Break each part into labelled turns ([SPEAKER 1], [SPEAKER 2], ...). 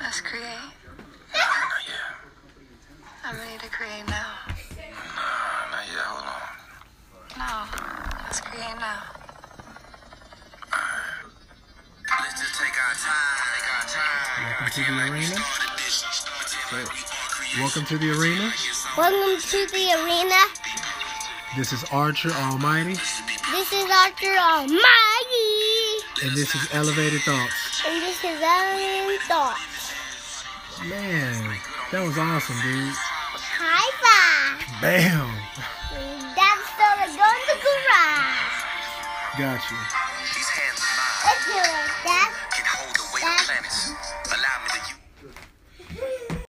[SPEAKER 1] Let's create.
[SPEAKER 2] Not yet.
[SPEAKER 1] I'm ready to create now.
[SPEAKER 2] Nah, not yet. Hold on.
[SPEAKER 1] No, let's create now.
[SPEAKER 2] Let's just take our time. Take our time.
[SPEAKER 3] Welcome to the arena.
[SPEAKER 2] Start this. Start
[SPEAKER 3] Wait. Welcome to the arena.
[SPEAKER 4] Welcome to the arena.
[SPEAKER 3] This is Archer Almighty,
[SPEAKER 4] This is Arthur Almighty.
[SPEAKER 3] and this is Elevated Thoughts.
[SPEAKER 4] And this is Alien Thoughts.
[SPEAKER 3] Man, that was awesome, dude.
[SPEAKER 4] High five.
[SPEAKER 3] Bam.
[SPEAKER 4] That's the gun to garage.
[SPEAKER 3] Got you.
[SPEAKER 2] These hands of mine
[SPEAKER 4] Let's do it. That's
[SPEAKER 2] can hold the weight of planets. Allow me to use.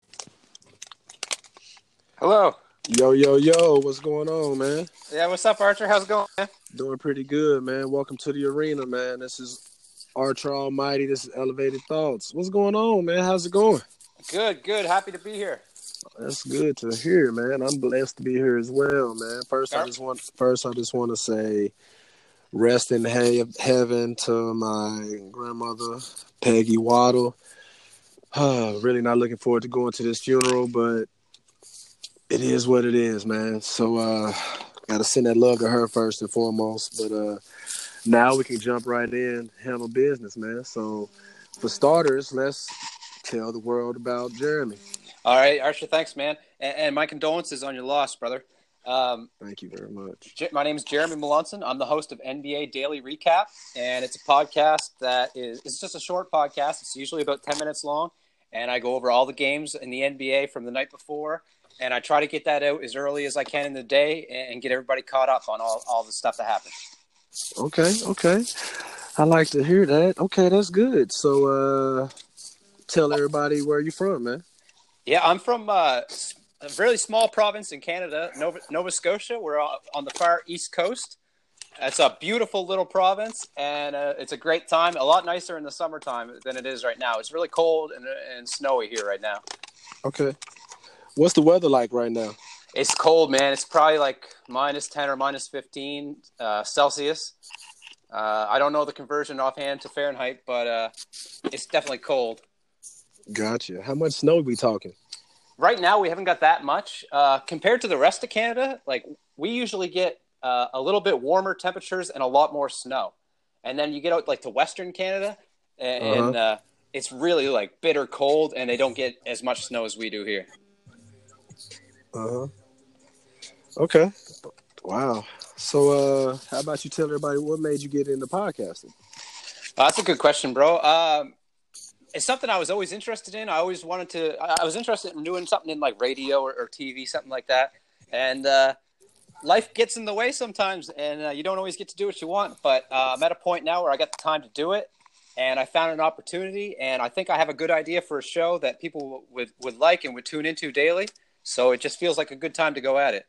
[SPEAKER 5] Hello.
[SPEAKER 6] Yo, yo, yo, what's going on, man?
[SPEAKER 5] Yeah, what's up, Archer? How's it going? Man?
[SPEAKER 6] Doing pretty good, man. Welcome to the arena, man. This is Archer Almighty. This is Elevated Thoughts. What's going on, man? How's it going?
[SPEAKER 5] Good, good. Happy to be here.
[SPEAKER 6] That's good to hear, man. I'm blessed to be here as well, man. First, I
[SPEAKER 5] Yep.
[SPEAKER 6] just want first I just want to say rest in he- heaven to my grandmother Peggy Waddle. really not looking forward to going to this funeral, but it is what it is, man. So uh gotta send that love to her first and foremost. But uh now we can jump right in, handle business, man. So for starters, let's tell the world about Jeremy.
[SPEAKER 5] All right, Archer. Thanks, man. And, and my condolences on your loss, brother. Um,
[SPEAKER 6] Thank you very much.
[SPEAKER 5] J- my name is Jeremy Melanson. I'm the host of NBA Daily Recap, and it's a podcast that is it's just a short podcast. It's usually about ten minutes long, and I go over all the games in the NBA from the night before, and I try to get that out as early as I can in the day and, and get everybody caught up on all, all the stuff that happened.
[SPEAKER 6] Okay, okay. I like to hear that. Okay, that's good. So uh tell everybody where you from, man.
[SPEAKER 5] Yeah, I'm from uh, s- a really small province in Canada, Nova, Nova Scotia. We're o- on the far east coast. It's a beautiful little province, and uh, it's a great time. A lot nicer in the summertime than it is right now. It's really cold and, and snowy here right now.
[SPEAKER 6] Okay. What's the weather like right now?
[SPEAKER 5] It's cold, man. It's probably like minus 10 or minus 15 uh, Celsius. Uh, I don't know the conversion offhand to Fahrenheit, but uh, it's definitely cold.
[SPEAKER 6] Gotcha. How much snow we talking?
[SPEAKER 5] right now we haven't got that much uh, compared to the rest of Canada. Like we usually get uh, a little bit warmer temperatures and a lot more snow, and then you get out like to Western Canada, and, and uh, it's really like bitter cold, and they don't get as much snow as we do here.
[SPEAKER 6] Uh-huh. Okay. Wow. So uh how about you tell everybody what made you get into podcasting?
[SPEAKER 5] Uh, that's a good question, bro. Um, it's something I was always interested in. I always wanted to. I I was interested in doing something in like radio or, or TV, something like that. And uh, life gets in the way sometimes, and uh, you don't always get to do what you want. But uh, I'm at a point now where I got the time to do it, and I found an opportunity, and I think I have a good idea for a show that people would would like and would tune into daily. So it just feels like a good time to go at it.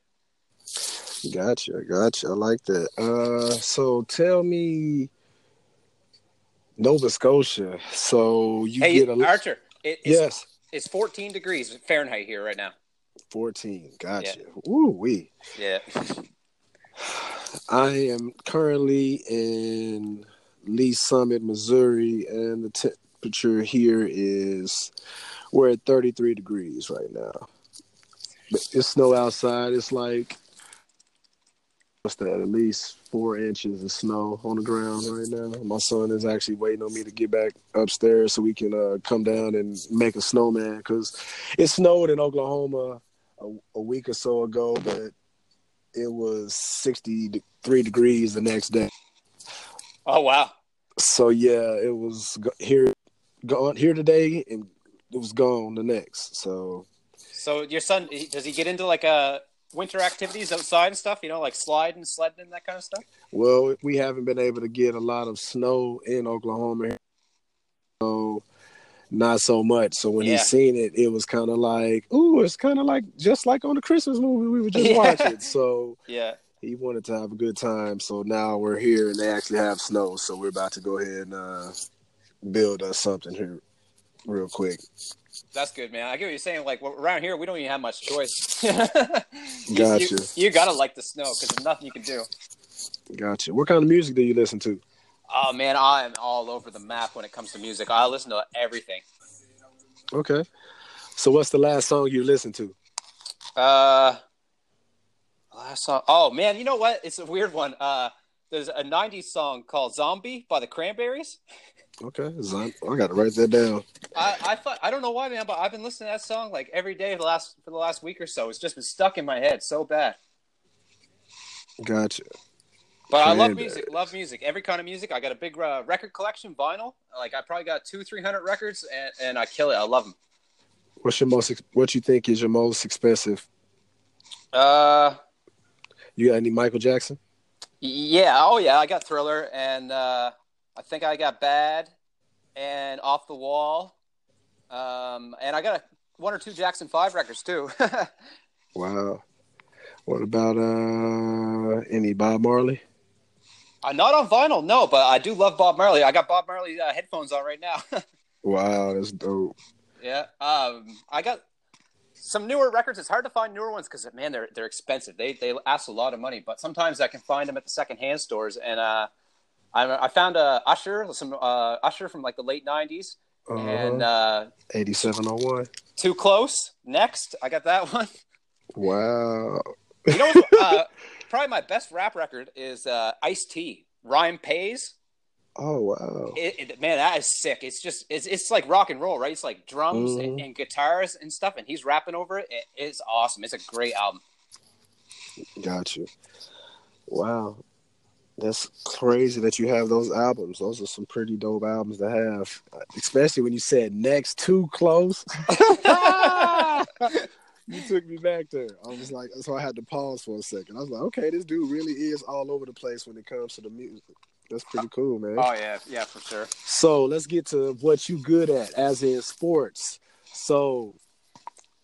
[SPEAKER 6] Gotcha, gotcha. I like that. Uh so tell me Nova Scotia. So you
[SPEAKER 5] Hey,
[SPEAKER 6] get a
[SPEAKER 5] Archer, it, it's,
[SPEAKER 6] Yes.
[SPEAKER 5] it's 14 degrees Fahrenheit here right now.
[SPEAKER 6] 14. Gotcha. Ooh wee.
[SPEAKER 5] Yeah.
[SPEAKER 6] I am currently in Lee Summit, Missouri, and the temperature here is we're at 33 degrees right now. But it's snow outside. It's like what's that? At least four inches of snow on the ground right now. My son is actually waiting on me to get back upstairs so we can uh, come down and make a snowman because it snowed in Oklahoma a, a week or so ago, but it was 63 degrees the next day.
[SPEAKER 5] Oh wow.
[SPEAKER 6] So yeah, it was go- here gone here today and it was gone the next. So
[SPEAKER 5] So your son he- does he get into like uh winter activities outside and stuff? You know, like slide and sledding and that kind of stuff.
[SPEAKER 6] well, we haven't been able to get a lot of snow in Oklahoma. here. So not so much. So when
[SPEAKER 5] Yeah.
[SPEAKER 6] he seen it, it was kind of like, ooh, it's kind of like just like on the Christmas movie we were just
[SPEAKER 5] Yeah.
[SPEAKER 6] watching. So
[SPEAKER 5] Yeah.
[SPEAKER 6] he wanted to have a good time. So now we're here and they actually have snow. So we're about to go ahead and uh, build us something here real quick.
[SPEAKER 5] That's good, man. I get what you're saying. Like well, around here, we don't even have much choice. You-
[SPEAKER 6] Gotcha.
[SPEAKER 5] You, you gotta like the snow because there's nothing you can do.
[SPEAKER 6] Gotcha. What kind of music do you listen to?
[SPEAKER 5] Oh man, I am all over the map when it comes to music. I listen to everything.
[SPEAKER 6] Okay. So what's the last song you listened to?
[SPEAKER 5] Uh, last song. Oh man, you know what? It's a weird one. Uh, there's a '90s song called "Zombie" by the Cranberries.
[SPEAKER 6] Okay, Zon- I got to write that down.
[SPEAKER 5] I I, thought, I don't know why, man, but I've been listening to that song like every day for the last for the last week or so. It's just been stuck in my head so bad.
[SPEAKER 6] Gotcha.
[SPEAKER 5] But I love
[SPEAKER 6] Cranberries.
[SPEAKER 5] music. Love music. Every kind of music. I got a big uh, record collection, vinyl. Like I probably got two, three hundred records, and, and I kill it. I love them.
[SPEAKER 6] What's your most? ex- What you think is your most expensive?
[SPEAKER 5] Uh,
[SPEAKER 6] You got any Michael Jackson?
[SPEAKER 5] yeah. Oh yeah. I got Thriller, and uh, I think I got Bad, and Off the Wall, um, and I got a, one or two Jackson Five records too. Uh,
[SPEAKER 6] Wow. What about uh any Bob Marley?
[SPEAKER 5] I'm not on vinyl, no, but I do love Bob Marley. I got Bob Marley uh, headphones on right now.
[SPEAKER 6] Wow, that's dope.
[SPEAKER 5] Yeah. Um, I got some newer records. It's hard to find newer ones because man, they're they're expensive. They they ask a lot of money, but sometimes I can find them at the secondhand stores. And uh, I I found uh, Usher, some uh, Usher from like the late '90s, and
[SPEAKER 6] Uh,
[SPEAKER 5] uh,
[SPEAKER 6] Eighty-seven oh one.
[SPEAKER 5] Too Close. Next, I got that one.
[SPEAKER 6] Wow.
[SPEAKER 5] You know, what's, uh, probably my best rap record is uh, Ice T. Rhyme pays.
[SPEAKER 6] Oh wow.
[SPEAKER 5] It, it, man, that is sick. It's just it's it's like rock and roll, right? It's like drums and,
[SPEAKER 6] Mhm.
[SPEAKER 5] and guitars and stuff, and he's rapping over it. it. It's awesome. It's a great album.
[SPEAKER 6] Got you. Wow. That's crazy that you have those albums. Those are some pretty dope albums to have, especially when you said next too close. You took me back there. I was like, so I had to pause for a second. I was like, okay, this dude really is all over the place when it comes to the music. That's pretty cool, man.
[SPEAKER 5] Oh yeah, yeah, for sure.
[SPEAKER 6] So let's get to what you good at, as in sports. So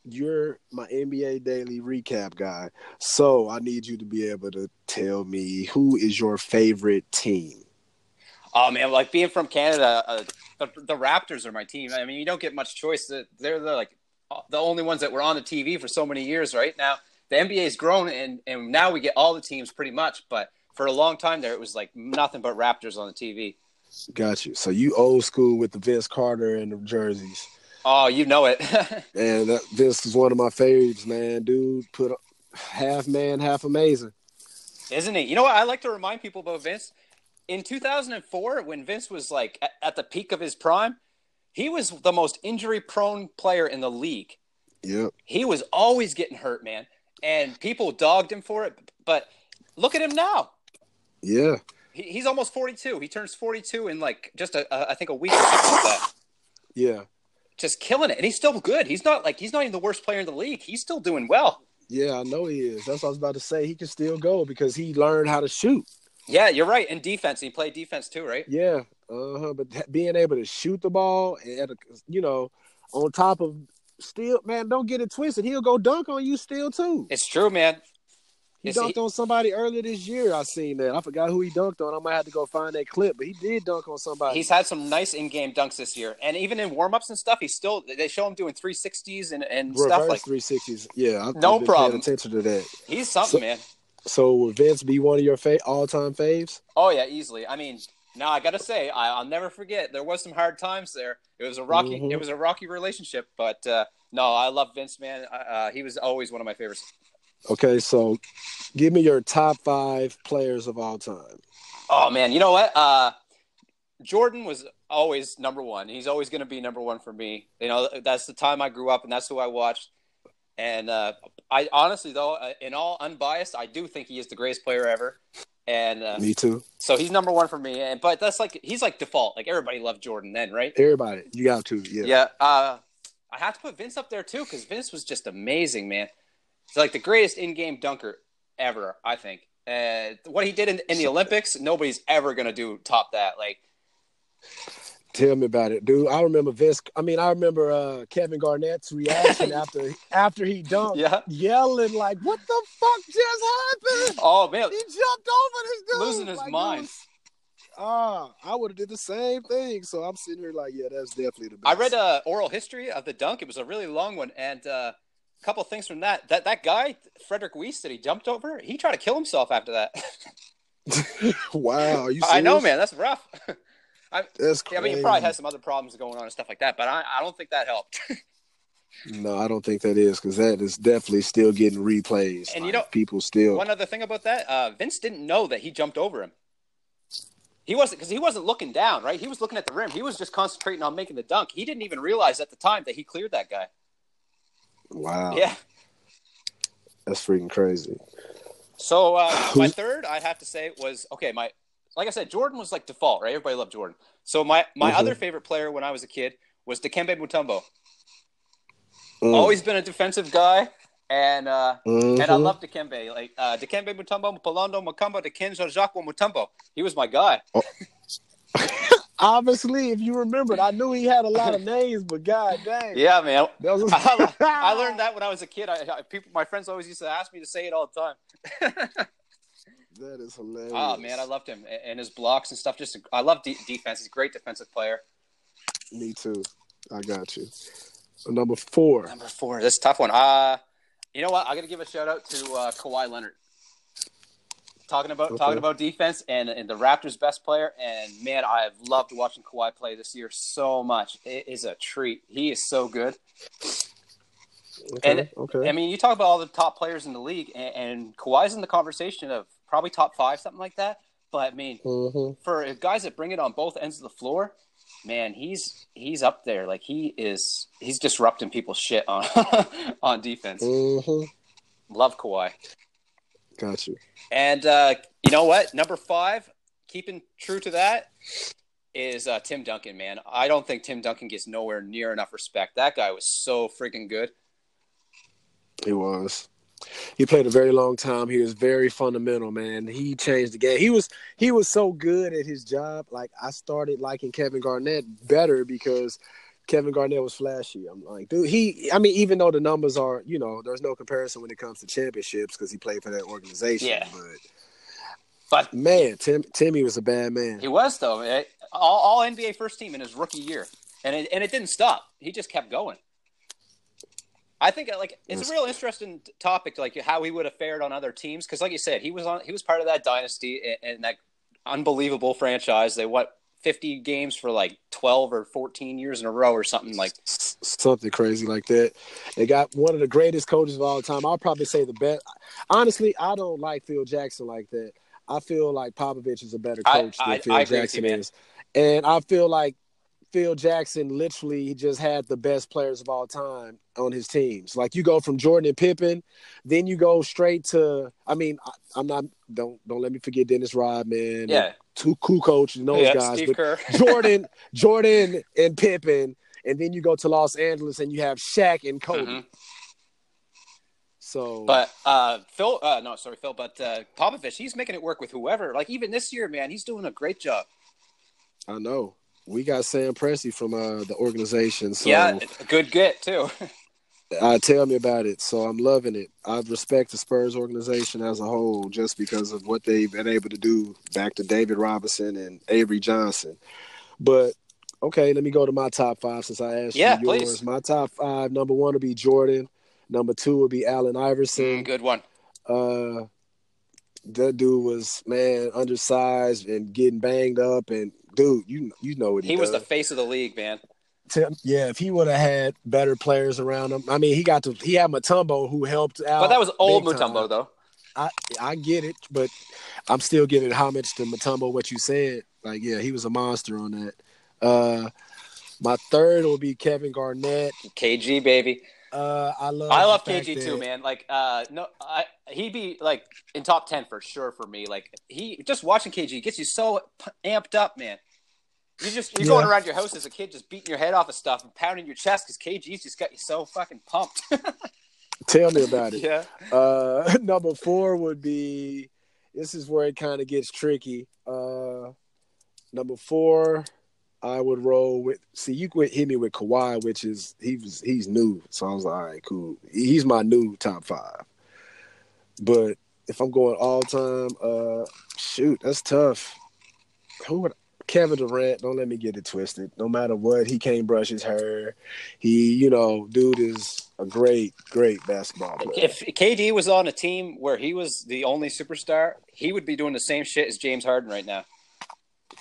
[SPEAKER 6] you're my NBA daily recap guy. So I need you to be able to tell me who is your favorite team.
[SPEAKER 5] Oh man, like being from Canada, uh, the, the Raptors are my team. I mean, you don't get much choice. They're, they're the, like the only ones that were on the TV for so many years. Right now, the NBA's grown, and and now we get all the teams pretty much. But for a long time there, it was like nothing but Raptors on the TV.
[SPEAKER 6] Got you. So you old school with the Vince Carter and the jerseys.
[SPEAKER 5] Oh, you know it.
[SPEAKER 6] And that, Vince is one of my faves, man. Dude, put half man, half amazing.
[SPEAKER 5] isn't he? You know what? I like to remind people about Vince. In 2004, when Vince was like at, at the peak of his prime, he was the most injury prone player in the league.
[SPEAKER 6] Yep.
[SPEAKER 5] He was always getting hurt, man. And people dogged him for it. But look at him now.
[SPEAKER 6] Yeah.
[SPEAKER 5] He, he's almost 42. He turns 42 in like just, a, a, I think, a week or something like that.
[SPEAKER 6] Yeah.
[SPEAKER 5] Just killing it. And he's still good. He's not like, he's not even the worst player in the league. He's still doing well.
[SPEAKER 6] Yeah, I know he is. That's what I was about to say. He can still go because he learned how to shoot.
[SPEAKER 5] Yeah, you're right. And defense. He played defense too, right?
[SPEAKER 6] Yeah, uh huh. But that, being able to shoot the ball and at a, you know, on top of still, man, don't get it twisted. He'll go dunk on you still too.
[SPEAKER 5] It's true, man.
[SPEAKER 6] He
[SPEAKER 5] Is
[SPEAKER 6] dunked
[SPEAKER 5] he-
[SPEAKER 6] on somebody earlier this year. I seen that. I forgot who he dunked on. I might have to go find that clip. But he did dunk on somebody.
[SPEAKER 5] He's had some nice in-game dunks this year, and even in warm-ups and stuff, he's still. They show him doing 360s and, and
[SPEAKER 6] Reverse
[SPEAKER 5] stuff like.
[SPEAKER 6] 360s. Yeah, I've, I've
[SPEAKER 5] No
[SPEAKER 6] been paying
[SPEAKER 5] problem.
[SPEAKER 6] Attention to that.
[SPEAKER 5] He's
[SPEAKER 6] So-
[SPEAKER 5] something, man.
[SPEAKER 6] So would Vince be one of your fa- all-time faves?
[SPEAKER 5] Oh yeah, easily. I mean, now I gotta say, I, I'll never forget. There was some hard times there. It was a rocky.
[SPEAKER 6] Mhm.
[SPEAKER 5] It was a rocky relationship, but uh, no, I love Vince, man. I- Uh, he was always one of my favorites.
[SPEAKER 6] Okay, so give me your top five players of all time.
[SPEAKER 5] Oh man, you know what? Uh, Jordan was always number one. He's always going to be number one for me. You know, that's the time I grew up, and that's who I watched. And uh, I honestly, though, uh, in all unbiased, I do think he is the greatest player ever. And uh,
[SPEAKER 6] Me too.
[SPEAKER 5] so he's number one for me. And but that's like he's like default. Like everybody loved Jordan then, right?
[SPEAKER 6] Everybody, you got to. Yeah.
[SPEAKER 5] Yeah. Uh, I have to put Vince up there too because Vince was just amazing, man. He's like the greatest in-game dunker ever, I think. Uh, what he did in, in the Olympics, nobody's ever gonna do top that. Like,
[SPEAKER 6] Tell me about it, dude. I remember Vince. I mean, I remember uh, Kevin Garnett's reaction after after he dunked,
[SPEAKER 5] yeah.
[SPEAKER 6] yelling like, "What the fuck just happened?
[SPEAKER 5] Oh man,
[SPEAKER 6] He jumped over this dude,
[SPEAKER 5] losing his
[SPEAKER 6] Like, it
[SPEAKER 5] mind.
[SPEAKER 6] was- Ah, I would have did the same thing. So I'm sitting here like, yeah, that's definitely the best.
[SPEAKER 5] I read a oral history of the dunk. It was a really long one, and uh, a couple things from that. That that guy Frederick Weiss that he jumped over, he tried to kill himself after that.
[SPEAKER 6] wow, are you?
[SPEAKER 5] I know,
[SPEAKER 6] serious?
[SPEAKER 5] man. That's rough. I,
[SPEAKER 6] That's
[SPEAKER 5] yeah,
[SPEAKER 6] crazy.
[SPEAKER 5] I mean, you probably had some other problems going on and stuff like that, but I, I don't think that helped.
[SPEAKER 6] No, I don't think that is because that is definitely still getting replays.
[SPEAKER 5] And
[SPEAKER 6] And
[SPEAKER 5] you
[SPEAKER 6] you
[SPEAKER 5] know-
[SPEAKER 6] know, people still.
[SPEAKER 5] One other thing about that, uh, Vince didn't know that he jumped over him. He wasn't because he wasn't looking down, right? He was looking at the rim. He was just concentrating on making the dunk. He didn't even realize at the time that he cleared that guy.
[SPEAKER 6] wow,
[SPEAKER 5] Yeah.
[SPEAKER 6] that's freaking crazy.
[SPEAKER 5] So uh, my third, I have to say, was okay. My like I said, Jordan was like default, right? Everybody loved Jordan. So my my
[SPEAKER 6] Mhm.
[SPEAKER 5] other favorite player when I was a kid was Dikembe Mutombo.
[SPEAKER 6] Mm,
[SPEAKER 5] Always been a defensive guy, and uh,
[SPEAKER 6] mhm.
[SPEAKER 5] and I love Dikembe. Like uh, Dikembe Mutombo, Palondo Makumbo, Dikenzo Jacques Mutombo. He was my guy.
[SPEAKER 6] Obviously, if you remembered, I knew he had a lot of names, but god dang,
[SPEAKER 5] Yeah, man.
[SPEAKER 6] that was.
[SPEAKER 5] I I learned that when I was a kid. I, I people, my friends always used to ask me to say it all the time.
[SPEAKER 6] That is hilarious.
[SPEAKER 5] Oh man, I loved him A- and his blocks and stuff. Just I love de- defense. He's a great defensive player.
[SPEAKER 6] Me too. I got you. Number four.
[SPEAKER 5] Number four, this is a tough one. Uh you know what? I got to give a shout out to uh, Kawhi Leonard. Talking about
[SPEAKER 6] Okay.
[SPEAKER 5] talking about defense and, and the Raptors' best player, and man, I have loved watching Kawhi play this year so much. It is a treat. He is so good.
[SPEAKER 6] Okay.
[SPEAKER 5] And-
[SPEAKER 6] okay.
[SPEAKER 5] I mean, you talk about all the top players in the league, and, and Kawhi's in the conversation of probably top five, something like that. But I mean,
[SPEAKER 6] Mhm.
[SPEAKER 5] for guys that bring it on both ends of the floor, man, he's he's up there. Like he is, he's disrupting people's shit on on defense.
[SPEAKER 6] Mhm.
[SPEAKER 5] Love Kawhi.
[SPEAKER 6] Got you.
[SPEAKER 5] And uh, you know what? Number five, keeping true to that is uh, Tim Duncan. Man, I don't think Tim Duncan gets nowhere near enough respect. That guy was so freaking good.
[SPEAKER 6] He was. He played a very long time. He was very fundamental, man. He changed the game. He was he was so good at his job. Like I started liking Kevin Garnett better because Kevin Garnett was flashy. I'm like, dude, he I mean, even though the numbers are, you know, there's no comparison when it comes to championships because he played for that organization.
[SPEAKER 5] Yeah.
[SPEAKER 6] But
[SPEAKER 5] But-
[SPEAKER 6] man, Tim Timmy was a bad man.
[SPEAKER 5] He was though. It- all, all NBA first team in his rookie year, and it, and it didn't stop. He just kept going. I think like it's a real interesting topic, like how he would have fared on other teams, because like you said, he was on he was part of that dynasty and, and that unbelievable franchise. They what fifty games for like twelve or fourteen years in a row or something like.
[SPEAKER 6] s- something crazy like that. They got one of the greatest coaches of all time. I'll probably say the best. Honestly, I don't like Phil Jackson like that. I feel like Popovich is a better
[SPEAKER 5] I-
[SPEAKER 6] coach
[SPEAKER 5] I-
[SPEAKER 6] than Phil
[SPEAKER 5] I agree with you,
[SPEAKER 6] Jackson
[SPEAKER 5] man.
[SPEAKER 6] is, and I feel like Phil Jackson literally just had the best players of all time on his teams. Like you go from Jordan and Pippen, then you go straight to. I mean, I, I'm not. Don't don't let me forget Dennis Rodman. and
[SPEAKER 5] Yeah,
[SPEAKER 6] two cool coaches, and those
[SPEAKER 5] yeah,
[SPEAKER 6] guys.
[SPEAKER 5] Steve
[SPEAKER 6] but
[SPEAKER 5] Kerr.
[SPEAKER 6] Jordan, Jordan, and Pippen, and then you go to Los Angeles and you have Shaq and Kobe.
[SPEAKER 5] Mhm.
[SPEAKER 6] So,
[SPEAKER 5] But uh, Phil, uh, no, sorry, Phil, but uh, Popovich, he's making it work with whoever. Like even this year, man, he's doing a great job.
[SPEAKER 6] I know we got Sam Presti from uh, the organization. So,
[SPEAKER 5] yeah, good get too.
[SPEAKER 6] uh, tell me about it. So I'm loving it. I respect the Spurs organization as a whole just because of what they've been able to do back to David Robinson and Avery Johnson. But okay, let me go to my top five since I asked
[SPEAKER 5] Yeah,
[SPEAKER 6] you yours.
[SPEAKER 5] please.
[SPEAKER 6] My top five. Number one will be Jordan. Number two will be Allen Iverson.
[SPEAKER 5] Good one.
[SPEAKER 6] uh that dude was man undersized and getting banged up and dude you you know what he,
[SPEAKER 5] He was the
[SPEAKER 6] does.
[SPEAKER 5] face of the league, man.
[SPEAKER 6] Tim- yeah if he would have had better players around him i mean he got to he had matumbo who helped out
[SPEAKER 5] But that was old
[SPEAKER 6] big time.
[SPEAKER 5] Mutombo, Oh, though.
[SPEAKER 6] i i get it but i'm still giving homage to matumbo what you said like yeah he was a monster on that uh my third will be kevin garnett
[SPEAKER 5] KG baby.
[SPEAKER 6] uh i love
[SPEAKER 5] I
[SPEAKER 6] the
[SPEAKER 5] love
[SPEAKER 6] fact
[SPEAKER 5] KG
[SPEAKER 6] that-
[SPEAKER 5] too, man. Like, uh, no, I, he'd be like in top ten for sure for me. Like, he just watching KG gets you so p- amped up, man. You just you're
[SPEAKER 6] Yeah.
[SPEAKER 5] going around your house as a kid, just beating your head off of stuff and pounding your chest because KG's just got you so fucking pumped.
[SPEAKER 6] tell me about it
[SPEAKER 5] yeah,
[SPEAKER 6] Uh, number four would be this is where it kind of gets tricky. Uh, number four, I would roll with. See, you could hit me with Kawhi, which is he was he's new, so I was like, all right, cool. He's my new top five. But if I'm going all time, uh, shoot, that's tough. Who would Kevin Durant? Don't let me get it twisted. No matter what, he can't brush his hair. He, you know, dude is a great, great basketball player.
[SPEAKER 5] if KD was on a team where he was the only superstar, he would be doing the same shit as James Harden right now.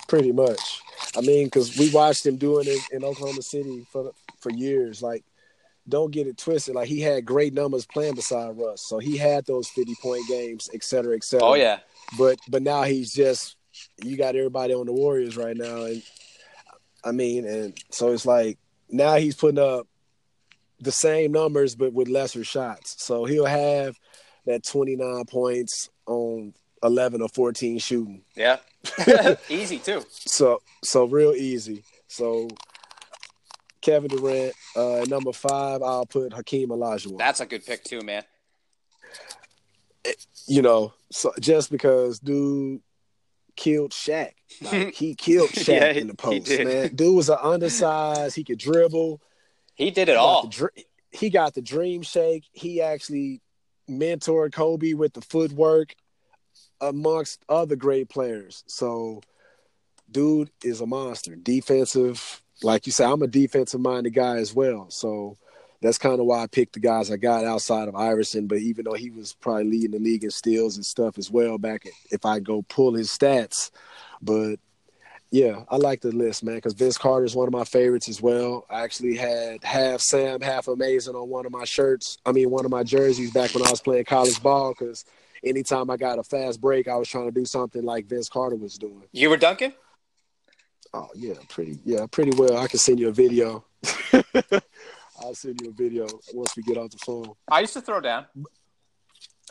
[SPEAKER 6] Pretty much. I mean, because we watched him doing it in Oklahoma City for for years. Like, don't get it twisted. Like he had great numbers playing beside Russ, so he had those fifty point games, et cetera, et cetera.
[SPEAKER 5] Oh yeah,
[SPEAKER 6] But but now he's just you got everybody on the Warriors right now, and I mean, and so it's like now he's putting up the same numbers but with lesser shots. So he'll have that twenty nine points on eleven or fourteen shooting.
[SPEAKER 5] yeah, easy too.
[SPEAKER 6] So so real easy. So Kevin Durant, uh, at number five, I'll put Hakeem Olajuwon.
[SPEAKER 5] That's a good pick too, man.
[SPEAKER 6] you know, so just because dude killed Shaq, like, he killed Shaq
[SPEAKER 5] Yeah,
[SPEAKER 6] in the
[SPEAKER 5] he
[SPEAKER 6] post.
[SPEAKER 5] did.
[SPEAKER 6] Man, dude was an undersized. He could dribble.
[SPEAKER 5] He did it
[SPEAKER 6] He got,
[SPEAKER 5] all.
[SPEAKER 6] the dr- he got the dream shake. He actually mentored Kobe with the footwork, amongst other great players. So, dude is a monster. Defensive, like you said, I'm a defensive minded guy as well. So, that's kind of why I picked the guys I got outside of Iverson. But even though he was probably leading the league in steals and stuff as well back at- if I go pull his stats, but yeah, I like the list, man, because Vince Carter is one of my favorites as well. I actually had half Sam, half Amazing on one of my shirts. I mean, one of my jerseys back when I was playing college ball, because anytime I got a fast break, I was trying to do something like Vince Carter was doing.
[SPEAKER 5] You were dunking.
[SPEAKER 6] Oh yeah, pretty yeah, pretty well. I can send you a video. I'll send you a video once we get off the phone.
[SPEAKER 5] I used to throw down.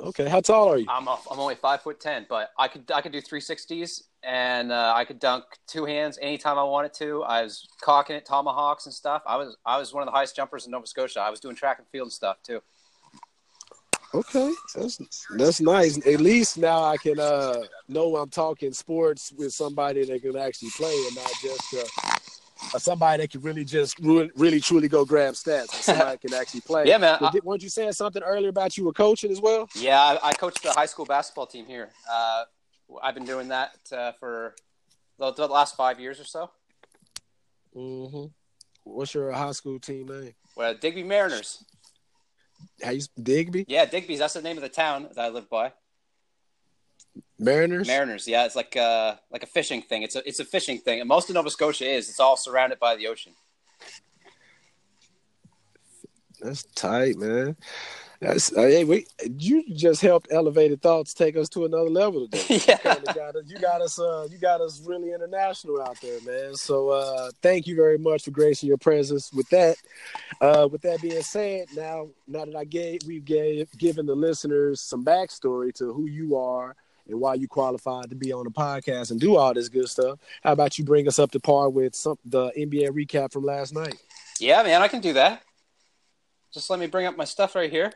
[SPEAKER 6] Okay, how tall are you?
[SPEAKER 5] I'm a, I'm only five foot ten, but I could I could do three sixties and uh, I could dunk two hands anytime I wanted to. I was cocking it, tomahawks and stuff. I was I was one of the highest jumpers in Nova Scotia. I was doing track and field and stuff too.
[SPEAKER 6] Okay, that's that's nice. At least now I can uh know I'm talking sports with somebody that can actually play and not just uh, uh, somebody that can really just ru- really truly go grab stats. And somebody can actually play.
[SPEAKER 5] Yeah, man,
[SPEAKER 6] But
[SPEAKER 5] I-
[SPEAKER 6] di- weren't you saying something earlier about you were coaching as well?
[SPEAKER 5] Yeah, I, I coached the high school basketball team here. Uh, I've been doing that uh, for the, the last five years or so.
[SPEAKER 6] Mm-hmm. What's your high school team name?
[SPEAKER 5] Well, Uh, Digby Mariners.
[SPEAKER 6] How you s- Digby
[SPEAKER 5] Yeah, Digby's. That's the name of the town that I live by.
[SPEAKER 6] Mariners?
[SPEAKER 5] Mariners. Yeah, it's like uh like a fishing thing. It's a it's a fishing thing, and most of Nova Scotia is. It's all surrounded by the ocean.
[SPEAKER 6] that's tight, man. That's uh, hey, we you just helped elevated thoughts take us to another level today.
[SPEAKER 5] yeah.
[SPEAKER 6] kinda got us- you got us uh, you got us really international out there man so uh, thank you very much for gracing your presence with that uh, with that being said now now that i gave we've gave, given the listeners some backstory to who you are and why you qualified to be on the podcast and do all this good stuff how about you bring us up to par with some the nba recap from last night
[SPEAKER 5] Yeah, man, I can do that. Just let me bring up my stuff right here.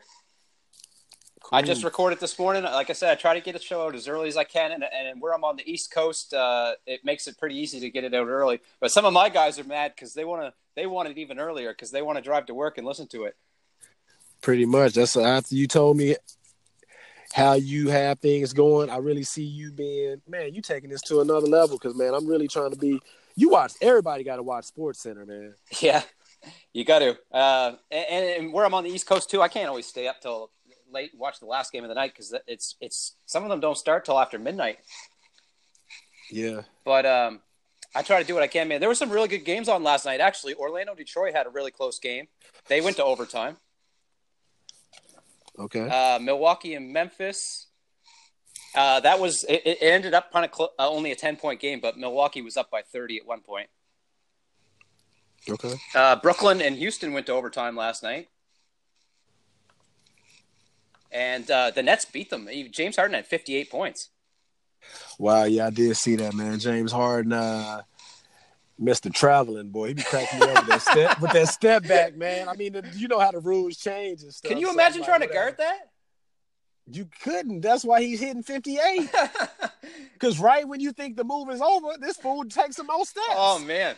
[SPEAKER 5] I just
[SPEAKER 6] Cool.
[SPEAKER 5] recorded this morning. Like I said, I try to get a show out as early as I can, and, and where I'm on the East Coast, uh, it makes it pretty easy to get it out early. But some of my guys are mad because they want to they want it even earlier because they want to drive to work and listen to it.
[SPEAKER 6] pretty much that's after you told me how you have things going i really see you being man you taking this to another level because man i'm really trying to be you watch everybody got to watch sports center man
[SPEAKER 5] Yeah, you got to. Uh, and, and where I'm on the East Coast too, I can't always stay up till late and watch the last game of the night because it's it's some of them don't start till after midnight.
[SPEAKER 6] yeah
[SPEAKER 5] But um, I try to do what I can, man. There were some really good games on last night, actually. Orlando Detroit had a really close game. They went to overtime.
[SPEAKER 6] okay
[SPEAKER 5] Uh, Milwaukee and Memphis. Uh, that was it, it ended up kind of cl- uh, only a 10 point game, but Milwaukee was up by 30 at one point.
[SPEAKER 6] okay
[SPEAKER 5] Uh, Brooklyn and Houston went to overtime last night. And uh, the Nets beat them. He- James Harden had 58 points.
[SPEAKER 6] wow yeah i did see that man james harden uh Mr. Traveling boy, he be cracking me up with that step with that step back, man. I mean, the, you know how the rules change and stuff.
[SPEAKER 5] Can you
[SPEAKER 6] so
[SPEAKER 5] imagine
[SPEAKER 6] I'm
[SPEAKER 5] trying
[SPEAKER 6] like,
[SPEAKER 5] to guard
[SPEAKER 6] whatever. You couldn't. That's why he's hitting fifty eight.
[SPEAKER 5] that?
[SPEAKER 6] Because right when you think the move is over, this fool takes some more steps.
[SPEAKER 5] Oh man,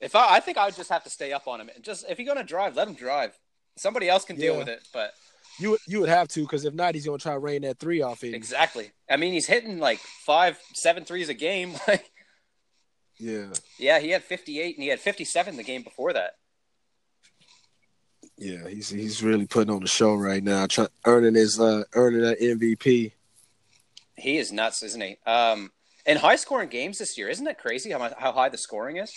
[SPEAKER 5] if I, I think I would just have to stay up on him. Just if you're gonna drive, let him drive. Somebody else can deal
[SPEAKER 6] Yeah.
[SPEAKER 5] with it. But
[SPEAKER 6] You would- you would have to because if not, he's gonna try to rain that three off in.
[SPEAKER 5] exactly, I mean, he's hitting like five, seven threes a game. Like,
[SPEAKER 6] Yeah,
[SPEAKER 5] yeah, he had 58 and he had 57 the game before that.
[SPEAKER 6] yeah, he's he's really putting on the show right now, try, earning his uh earning that MVP.
[SPEAKER 5] He is nuts, isn't he? Um, and high scoring games this year. Isn't that crazy how mu- how high the scoring is?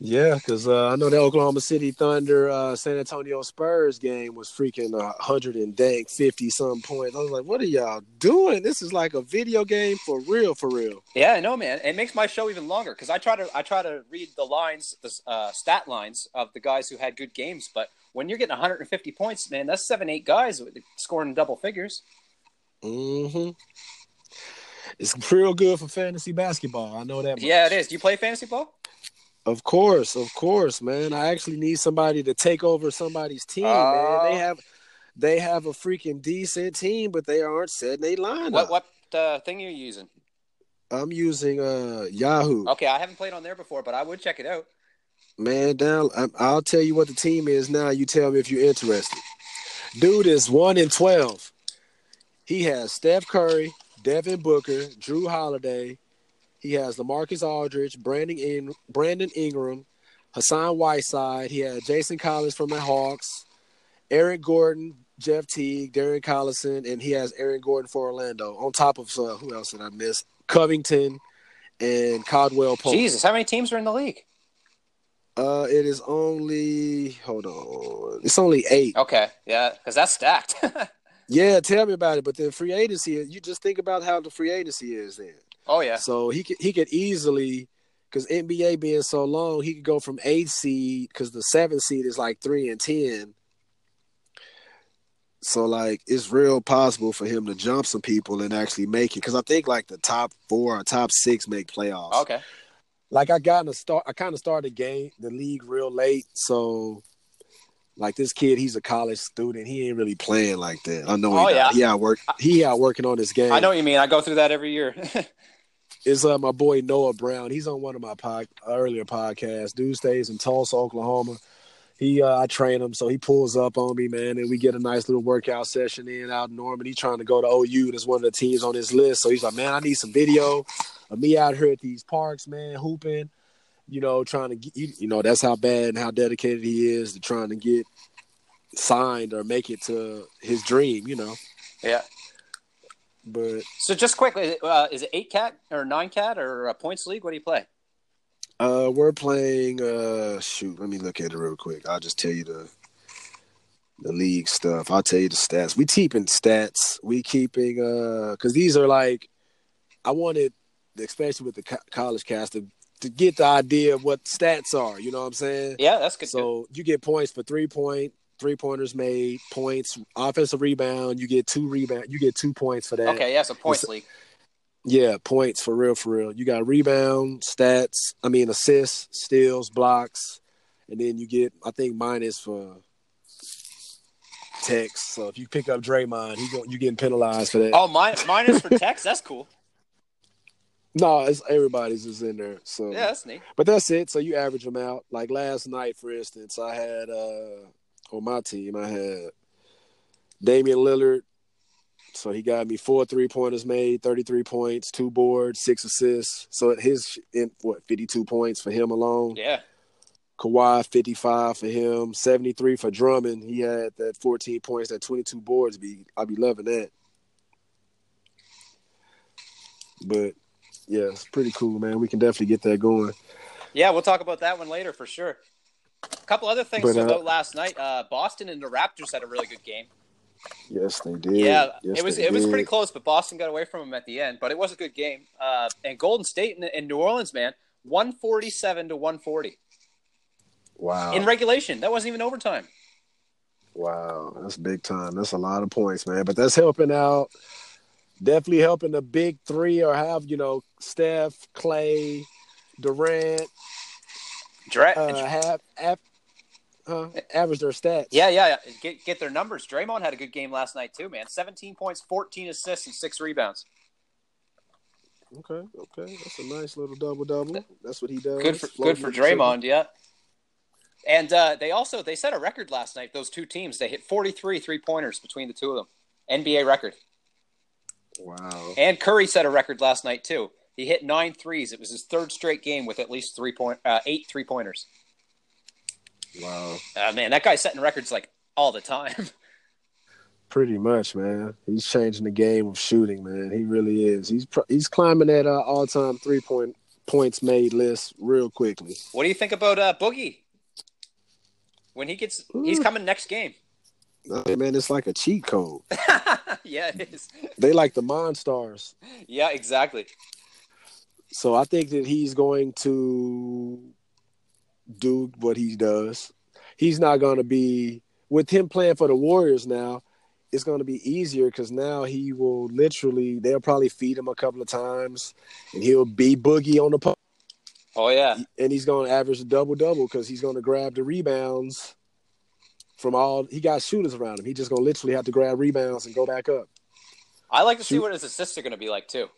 [SPEAKER 6] Yeah, because uh, I know the Oklahoma City Thunder, uh, San Antonio Spurs game was freaking a hundred and dang fifty some points. I was like, "What are y'all doing? This is like a video game for real, for real."
[SPEAKER 5] Yeah, I know, man. It makes my show even longer because I try to I try to read the lines, the uh, stat lines of the guys who had good games. But when you're getting 150 points, man, that's seven eight guys scoring double figures.
[SPEAKER 6] hmm It's real good for fantasy basketball. I know that. much.
[SPEAKER 5] Yeah, it is. Do you play fantasy ball?
[SPEAKER 6] Of course, of course, man. I actually need somebody to take over somebody's team,
[SPEAKER 5] Oh.
[SPEAKER 6] man. They have they have a freaking decent team, but they aren't setting they line
[SPEAKER 5] What what uh, thing are you using?
[SPEAKER 6] I'm using uh Yahoo.
[SPEAKER 5] Okay, I haven't played on there before, but I would check it out.
[SPEAKER 6] Man, down. I, I'll tell you what the team is now. You tell me if you're interested. Dude is one in twelve. He has Steph Curry, Devin Booker, Drew Holiday. He has Lamarcus Aldridge, Brandon In- Brandon Ingram, Hassan Whiteside. He had Jason Collins from the Hawks, Eric Gordon, Jeff Teague, Darren Collison, and he has Aaron Gordon for Orlando. On top of uh, who else did I miss? Covington and Caldwell Pope.
[SPEAKER 5] Jesus, how many teams are in the league?
[SPEAKER 6] Uh, it is only hold on. It's only eight.
[SPEAKER 5] Okay, yeah, because that's stacked.
[SPEAKER 6] Yeah, tell me about it. But then free agency, you just think about how the free agency is then.
[SPEAKER 5] oh yeah,
[SPEAKER 6] So he could he could easily because NBA being so long, he could go from eight seed because the seventh seed is like three and ten. So like it's real possible for him to jump some people and actually make it because I think like the top four or top six make playoffs.
[SPEAKER 5] okay.
[SPEAKER 6] like I got in a start. I kind of started game the league real late, so like this kid, he's a college student. He ain't really playing like that. I know.
[SPEAKER 5] Oh,
[SPEAKER 6] he
[SPEAKER 5] yeah.
[SPEAKER 6] Not. He out work. He out working on this game.
[SPEAKER 5] I know what you mean. I go through that every year.
[SPEAKER 6] It's uh, my boy Noah Brown. He's on one of my pod- earlier podcasts. Dude stays in Tulsa, Oklahoma. He, uh, I train him, so he pulls up on me, man, and we get a nice little workout session in out in Norman. He's trying to go to OU. That's one of the teams on his list. So he's like, man, I need some video of me out here at these parks, man, hooping. You know, trying to get you, you know that's how bad and how dedicated he is to trying to get signed or make it to his dream. You know,
[SPEAKER 5] yeah.
[SPEAKER 6] but
[SPEAKER 5] So just quickly, uh, is it eight cat or nine cat or uh, points league? What do you play?
[SPEAKER 6] Uh, we're playing. Uh, shoot, let me look at it real quick. I'll just tell you the the league stuff. I'll tell you the stats. We keeping stats. We keeping uh, cause these are like, I wanted, especially with the co- college cast, to, to get the idea of what stats are. You know what I'm saying?
[SPEAKER 5] Yeah, that's good.
[SPEAKER 6] So you get points for three point three pointers made, points, offensive rebound. You get two rebound. You get two points for that.
[SPEAKER 5] okay, yeah, so points league.
[SPEAKER 6] Yeah, points for real, for real. You got rebound, stats, I mean assists, steals, blocks, and then you get I think minus for text. So if you pick up Draymond, he go, you getting penalized for that.
[SPEAKER 5] Oh, mine, mine is for text. That's cool.
[SPEAKER 6] No, it's everybody's is in there. So
[SPEAKER 5] Yeah, that's neat.
[SPEAKER 6] but that's it. So you average them out. Like last night, for instance, I had uh on my team, I had Damian Lillard. So he got me four three pointers made, thirty three points, two boards, six assists. So his in what fifty two points for him alone.
[SPEAKER 5] Yeah.
[SPEAKER 6] Kawhi fifty five for him, seventy three for Drummond. He had that fourteen points, that twenty two boards. Be I be loving that. But yeah, it's pretty cool, man. We can definitely get that going.
[SPEAKER 5] Yeah, we'll talk about that one later for sure. A couple other things
[SPEAKER 6] But, uh,
[SPEAKER 5] about last night. Uh, Boston and the Raptors had a really good game.
[SPEAKER 6] Yes, they did.
[SPEAKER 5] Yeah,
[SPEAKER 6] Yes,
[SPEAKER 5] it was
[SPEAKER 6] they
[SPEAKER 5] it was
[SPEAKER 6] did.
[SPEAKER 5] pretty close, but Boston got away from them at the end. But it was a good game. Uh, and Golden State and, and New Orleans, man, one forty seven to one forty
[SPEAKER 6] Wow,
[SPEAKER 5] in regulation. That wasn't even overtime.
[SPEAKER 6] wow, that's big time. That's a lot of points, man. But that's helping out. Definitely helping the big three, or have you know Steph, Clay, Durant,
[SPEAKER 5] Dra-
[SPEAKER 6] uh, have, have uh, average their stats.
[SPEAKER 5] yeah, yeah, yeah. Get get their numbers. Draymond had a good game last night too, man. Seventeen points, fourteen assists, and six rebounds.
[SPEAKER 6] Okay. Okay. That's a nice little double double. That's what he does.
[SPEAKER 5] good for
[SPEAKER 6] Floating
[SPEAKER 5] good for
[SPEAKER 6] with the triple.
[SPEAKER 5] Draymond, yeah. And uh, they also they set a record last night. Those two teams they hit 43 three pointers between the two of them, NBA record.
[SPEAKER 6] Wow.
[SPEAKER 5] And Curry set a record last night too. He hit nine threes. It was his third straight game with at least three point uh, eight three pointers.
[SPEAKER 6] Wow.
[SPEAKER 5] Uh, man, that guy's setting records like all the time.
[SPEAKER 6] Pretty much, man. He's changing the game of shooting, man. He really is. He's pr- he's climbing that uh, all time three point points made list real quickly.
[SPEAKER 5] What do you think about uh, Boogie? When he gets, he's
[SPEAKER 6] Ooh.
[SPEAKER 5] coming next game.
[SPEAKER 6] Hey, man, it's like a cheat code.
[SPEAKER 5] yeah, it is.
[SPEAKER 6] They like the Monstars.
[SPEAKER 5] Yeah, exactly.
[SPEAKER 6] So I think that he's going to do what he does. He's not going to be with him playing for the Warriors now. It's going to be easier because now he will literally. They'll probably feed him a couple of times, and he'll be boogie on the po-
[SPEAKER 5] Oh yeah,
[SPEAKER 6] and he's going to average a double double because he's going to grab the rebounds from all. He got shooters around him. He just going to literally have to grab rebounds and go back up.
[SPEAKER 5] I like to see what his assists are going to be like too.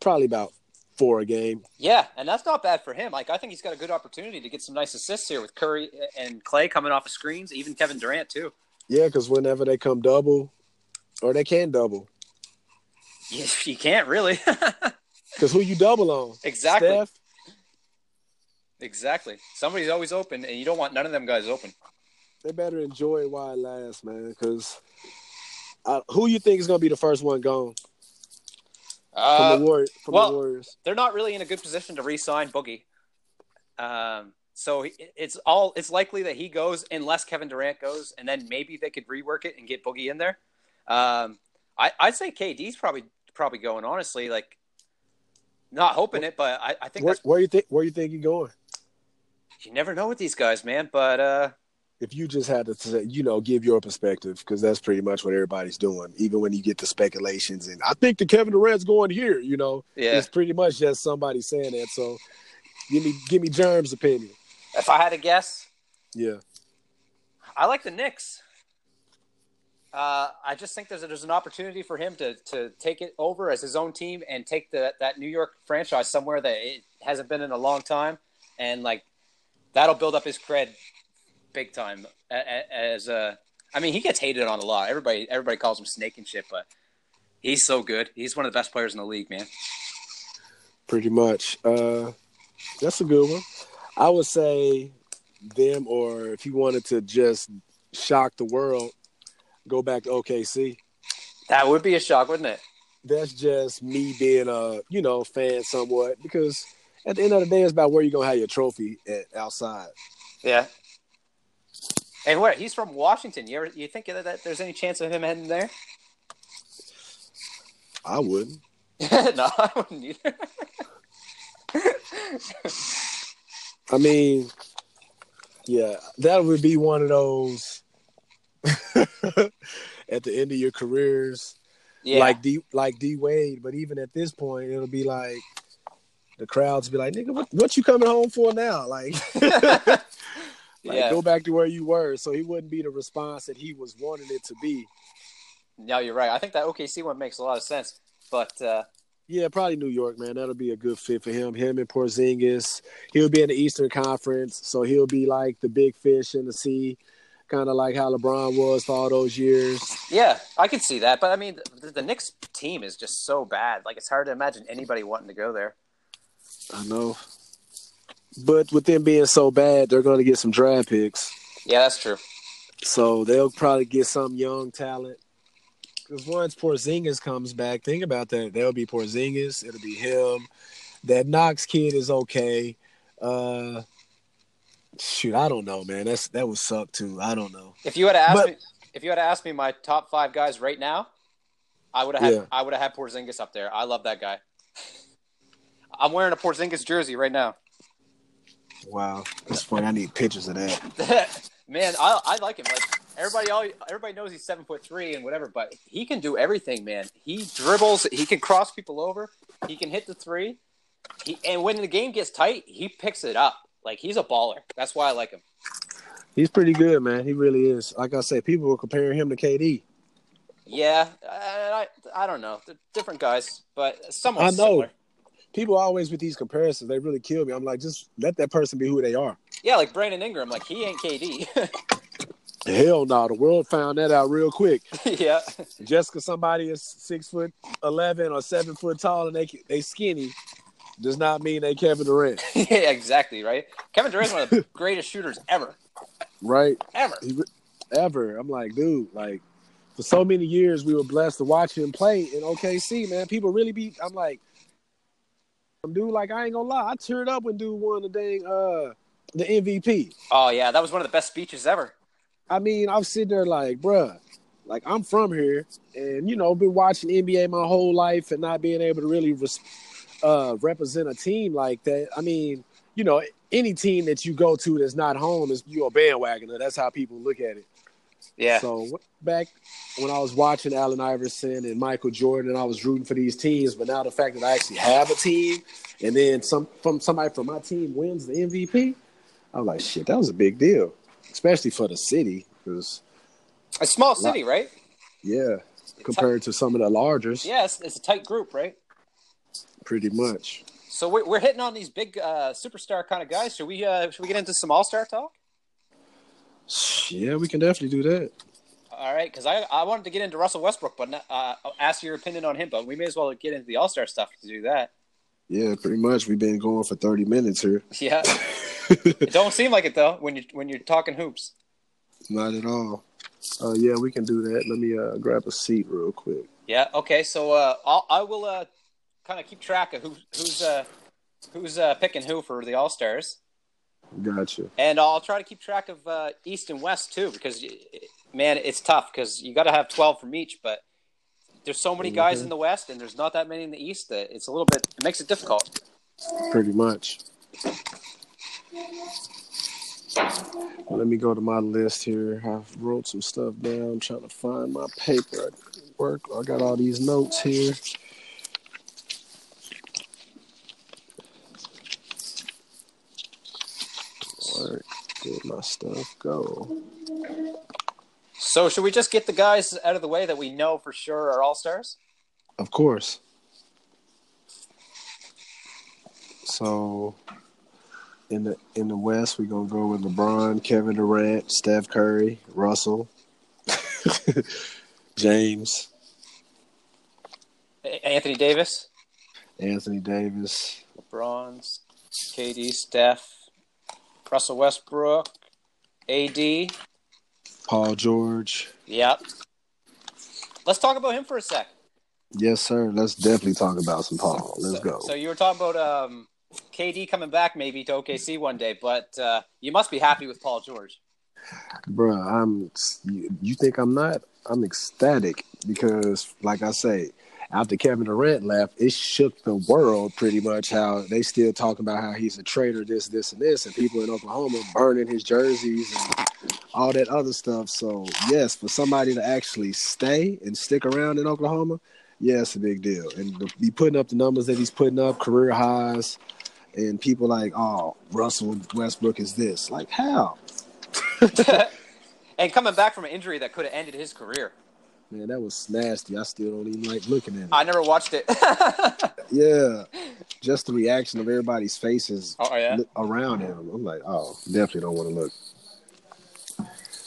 [SPEAKER 6] Probably about four a game.
[SPEAKER 5] Yeah, and that's not bad for him. Like I think he's got a good opportunity to get some nice assists here with Curry and Clay coming off of screens, even Kevin Durant too.
[SPEAKER 6] Yeah, because whenever they come double, or they can double.
[SPEAKER 5] You, you can't really.
[SPEAKER 6] Because who you double on?
[SPEAKER 5] exactly.
[SPEAKER 6] Steph?
[SPEAKER 5] Exactly. Somebody's always open, and you don't want none of them guys open.
[SPEAKER 6] They better enjoy it while it lasts, man. Because who you think is gonna be the first one gone from
[SPEAKER 5] Uh,
[SPEAKER 6] the Warriors? From
[SPEAKER 5] well-
[SPEAKER 6] the Warriors,
[SPEAKER 5] they're not really in a good position to re-sign Boogie. Um, so it- it's all it's likely that he goes unless Kevin Durant goes, and then maybe they could rework it and get Boogie in there. Um, I, I'd say KD's probably probably going. Honestly, like not hoping it, but I, I think
[SPEAKER 6] where,
[SPEAKER 5] that's
[SPEAKER 6] where you think where you think you going?
[SPEAKER 5] you never know with these guys, man. But uh,
[SPEAKER 6] If you just had to, say, you know, give your perspective, because that's pretty much what everybody's doing. Even when you get the speculations, and I think the Kevin Durant's going here. You know,
[SPEAKER 5] yeah,
[SPEAKER 6] it's pretty much just somebody saying that. So give me give me Germ's opinion.
[SPEAKER 5] if I had to guess,
[SPEAKER 6] Yeah,
[SPEAKER 5] I like the Knicks. Uh, I just think there's there's an opportunity for him to to take it over as his own team and take the that New York franchise somewhere that it hasn't been in a long time, and like that'll build up his cred big time. a- a- As uh, I mean, he gets hated on a lot. Everybody everybody calls him Snake and shit, but he's so good. He's one of the best players in the league, man.
[SPEAKER 6] pretty much. Uh, that's a good one. I would say them, or if you wanted to just shock the world, go back to OKC.
[SPEAKER 5] That would be a shock, wouldn't it?
[SPEAKER 6] That's just me being a you know fan somewhat because at the end of the day, it's about where you're gonna have your trophy at outside.
[SPEAKER 5] Yeah. And where he's from Washington, you ever you think that, that there's any chance of him heading there?
[SPEAKER 6] I wouldn't.
[SPEAKER 5] no, I wouldn't either.
[SPEAKER 6] I mean, yeah, that would be one of those at the end of your careers.
[SPEAKER 5] Yeah,
[SPEAKER 6] like D like D Wade. But even at this point, it'll be like the crowds be like, "Nigga, what, what you coming home for now?" Like, like
[SPEAKER 5] yeah.
[SPEAKER 6] go back to where you were. So he wouldn't be the response that he was wanting it to be.
[SPEAKER 5] No, you're right. I think that OKC one makes a lot of sense. But uh,
[SPEAKER 6] Yeah, probably New York, man. That'll be a good fit for him. Him and Porzingis. He'll be in the Eastern Conference, so he'll be like the big fish in the sea, kind of like how LeBron was for all those years.
[SPEAKER 5] yeah, I can see that. But I mean, the, the Knicks team is just so bad. Like it's hard to imagine anybody wanting to go there.
[SPEAKER 6] I know. But with them being so bad, they're going to get some draft picks.
[SPEAKER 5] Yeah, that's true.
[SPEAKER 6] So they'll probably get some young talent. Because once Porzingis comes back, think about that. There'll be Porzingis. It'll be him. That Knox kid is okay. Uh, shoot, I don't know, man. That's that would suck too. I don't know.
[SPEAKER 5] If you had asked
[SPEAKER 6] But-
[SPEAKER 5] me, if you had asked me my top five guys right now, I would have had
[SPEAKER 6] Yeah.
[SPEAKER 5] I would have had Porzingis up there. I love that guy. I'm wearing a Porzingis jersey right now.
[SPEAKER 6] Wow, that's funny. I need pictures of that.
[SPEAKER 5] man, I, I like him. Like everybody, all everybody knows he's seven foot three and whatever, but he can do everything, man. He dribbles, he can cross people over, he can hit the three, he, and when the game gets tight, he picks it up. Like he's a baller. That's why I like him.
[SPEAKER 6] He's pretty good, man. He really is. Like I said, people were comparing him to KD.
[SPEAKER 5] Yeah, I, I, I don't know, They're different guys, but somewhat
[SPEAKER 6] I know.
[SPEAKER 5] similar.
[SPEAKER 6] People always with these comparisons, they really kill me. I'm like, just let that person be who they are.
[SPEAKER 5] Yeah, like Brandon Ingram, like he ain't KD.
[SPEAKER 6] Hell no, the world found that out real quick.
[SPEAKER 5] yeah,
[SPEAKER 6] just because somebody is six foot eleven or seven foot tall and they they skinny does not mean they Kevin Durant,
[SPEAKER 5] yeah, exactly, right. Kevin Durant's one of the greatest shooters ever,
[SPEAKER 6] right?
[SPEAKER 5] ever.
[SPEAKER 6] He re- ever. I'm like, dude, like for so many years we were blessed to watch him play in OKC, man. People really be I'm like dude, like I ain't gonna lie, I teared up when dude won the dang uh the MVP.
[SPEAKER 5] Oh yeah, that was one of the best speeches ever.
[SPEAKER 6] I mean, I'm sitting there like, bruh, like I'm from here, and you know, been watching NBA my whole life, and not being able to really res- uh, represent a team like that. I mean, you know, any team that you go to that's not home is you're a bandwagoner. That's how people look at it.
[SPEAKER 5] Yeah.
[SPEAKER 6] So wh- back when I was watching Allen Iverson and Michael Jordan, and I was rooting for these teams, but now the fact that I actually have a team, and then some from somebody from my team wins the MVP, I'm like, shit, that was a big deal, especially for the city, because
[SPEAKER 5] a small city, right?
[SPEAKER 6] yeah, compared to some of the largers,
[SPEAKER 5] Yes, it's a tight group, right?
[SPEAKER 6] pretty much.
[SPEAKER 5] So we're, we're hitting on these big uh, superstar kind of guys. Should we uh, should we get into some all star talk?
[SPEAKER 6] Yeah, we can definitely do that.
[SPEAKER 5] All right, because I, I wanted to get into Russell Westbrook, but not, uh, I'll ask your opinion on him. But we may as well get into the all star stuff to do that.
[SPEAKER 6] Yeah, pretty much. We've been going for 30 minutes here.
[SPEAKER 5] Yeah, it don't seem like it though when you when you're talking hoops.
[SPEAKER 6] Not at all. Uh, yeah, we can do that. Let me uh, grab a seat real quick.
[SPEAKER 5] Yeah. Okay. So uh, I'll, I will uh, kind of keep track of who, who's uh, who's uh, picking who for the All Stars,
[SPEAKER 6] Gotcha.
[SPEAKER 5] and I'll try to keep track of uh, East and West too, because y- man, it's tough because you got to have twelve from each, but there's so many guys in the West, and there's not that many in the East. That it's a little bit it makes it difficult.
[SPEAKER 6] Pretty much. Let me go to my list here. I wrote some stuff down, trying to find my paper. I work. I got all these notes here. Where did my stuff go?
[SPEAKER 5] So should we just get the guys out of the way that we know for sure are All Stars?
[SPEAKER 6] Of course. So in the in the West, we're gonna go with LeBron, Kevin Durant, Steph Curry, Russell, James,
[SPEAKER 5] A- Anthony Davis,
[SPEAKER 6] Anthony Davis,
[SPEAKER 5] LeBron, KD, Steph, Russell Westbrook, AD.
[SPEAKER 6] Paul George.
[SPEAKER 5] Yep. Let's talk about him for a sec.
[SPEAKER 6] Yes, sir. Let's definitely talk about some Paul. Let's
[SPEAKER 5] so,
[SPEAKER 6] go.
[SPEAKER 5] So you were talking about um, KD coming back maybe to OKC one day, but uh, you must be happy with Paul George.
[SPEAKER 6] Bruh, I'm. You you think I'm not? I'm ecstatic because, like I say, after Kevin Durant left, it shook the world pretty much. How they still talking about how he's a traitor, this, this, and this, and people in Oklahoma burning his jerseys and all that other stuff. So yes, for somebody to actually stay and stick around in Oklahoma, yeah, it's a big deal. And to be putting up the numbers that he's putting up, career highs, and people like, oh, Russell Westbrook is this. Like how?
[SPEAKER 5] and coming back from an injury that could have ended his career.
[SPEAKER 6] Man, that was nasty. I still don't even like looking at it.
[SPEAKER 5] I never watched it. oh,
[SPEAKER 6] yeah, just the reaction of everybody's faces
[SPEAKER 5] Oh, yeah.
[SPEAKER 6] li- around him. I'm like, oh, definitely don't want to look.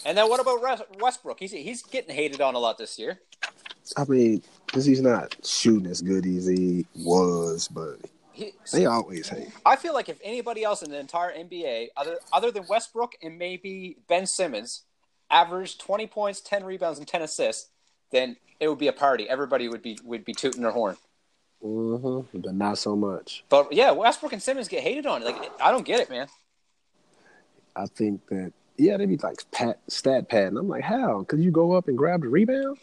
[SPEAKER 5] And then what about Res- Westbrook? He's, he's getting hated on a lot this year.
[SPEAKER 6] I mean, because he's not shooting as good as he was, but
[SPEAKER 5] He,
[SPEAKER 6] they always hate.
[SPEAKER 5] I feel like if anybody else in the entire NBA, other other than Westbrook and maybe Ben Simmons, averaged twenty points, ten rebounds, and ten assists, then it would be a party. Everybody would be would be tooting their horn.
[SPEAKER 6] hmm but not so much.
[SPEAKER 5] But yeah, Westbrook and Simmons get hated on. Like I don't get it, man.
[SPEAKER 6] I think that yeah, they be like pat, stat padding. I'm like, how? Could you go up and grab the rebound?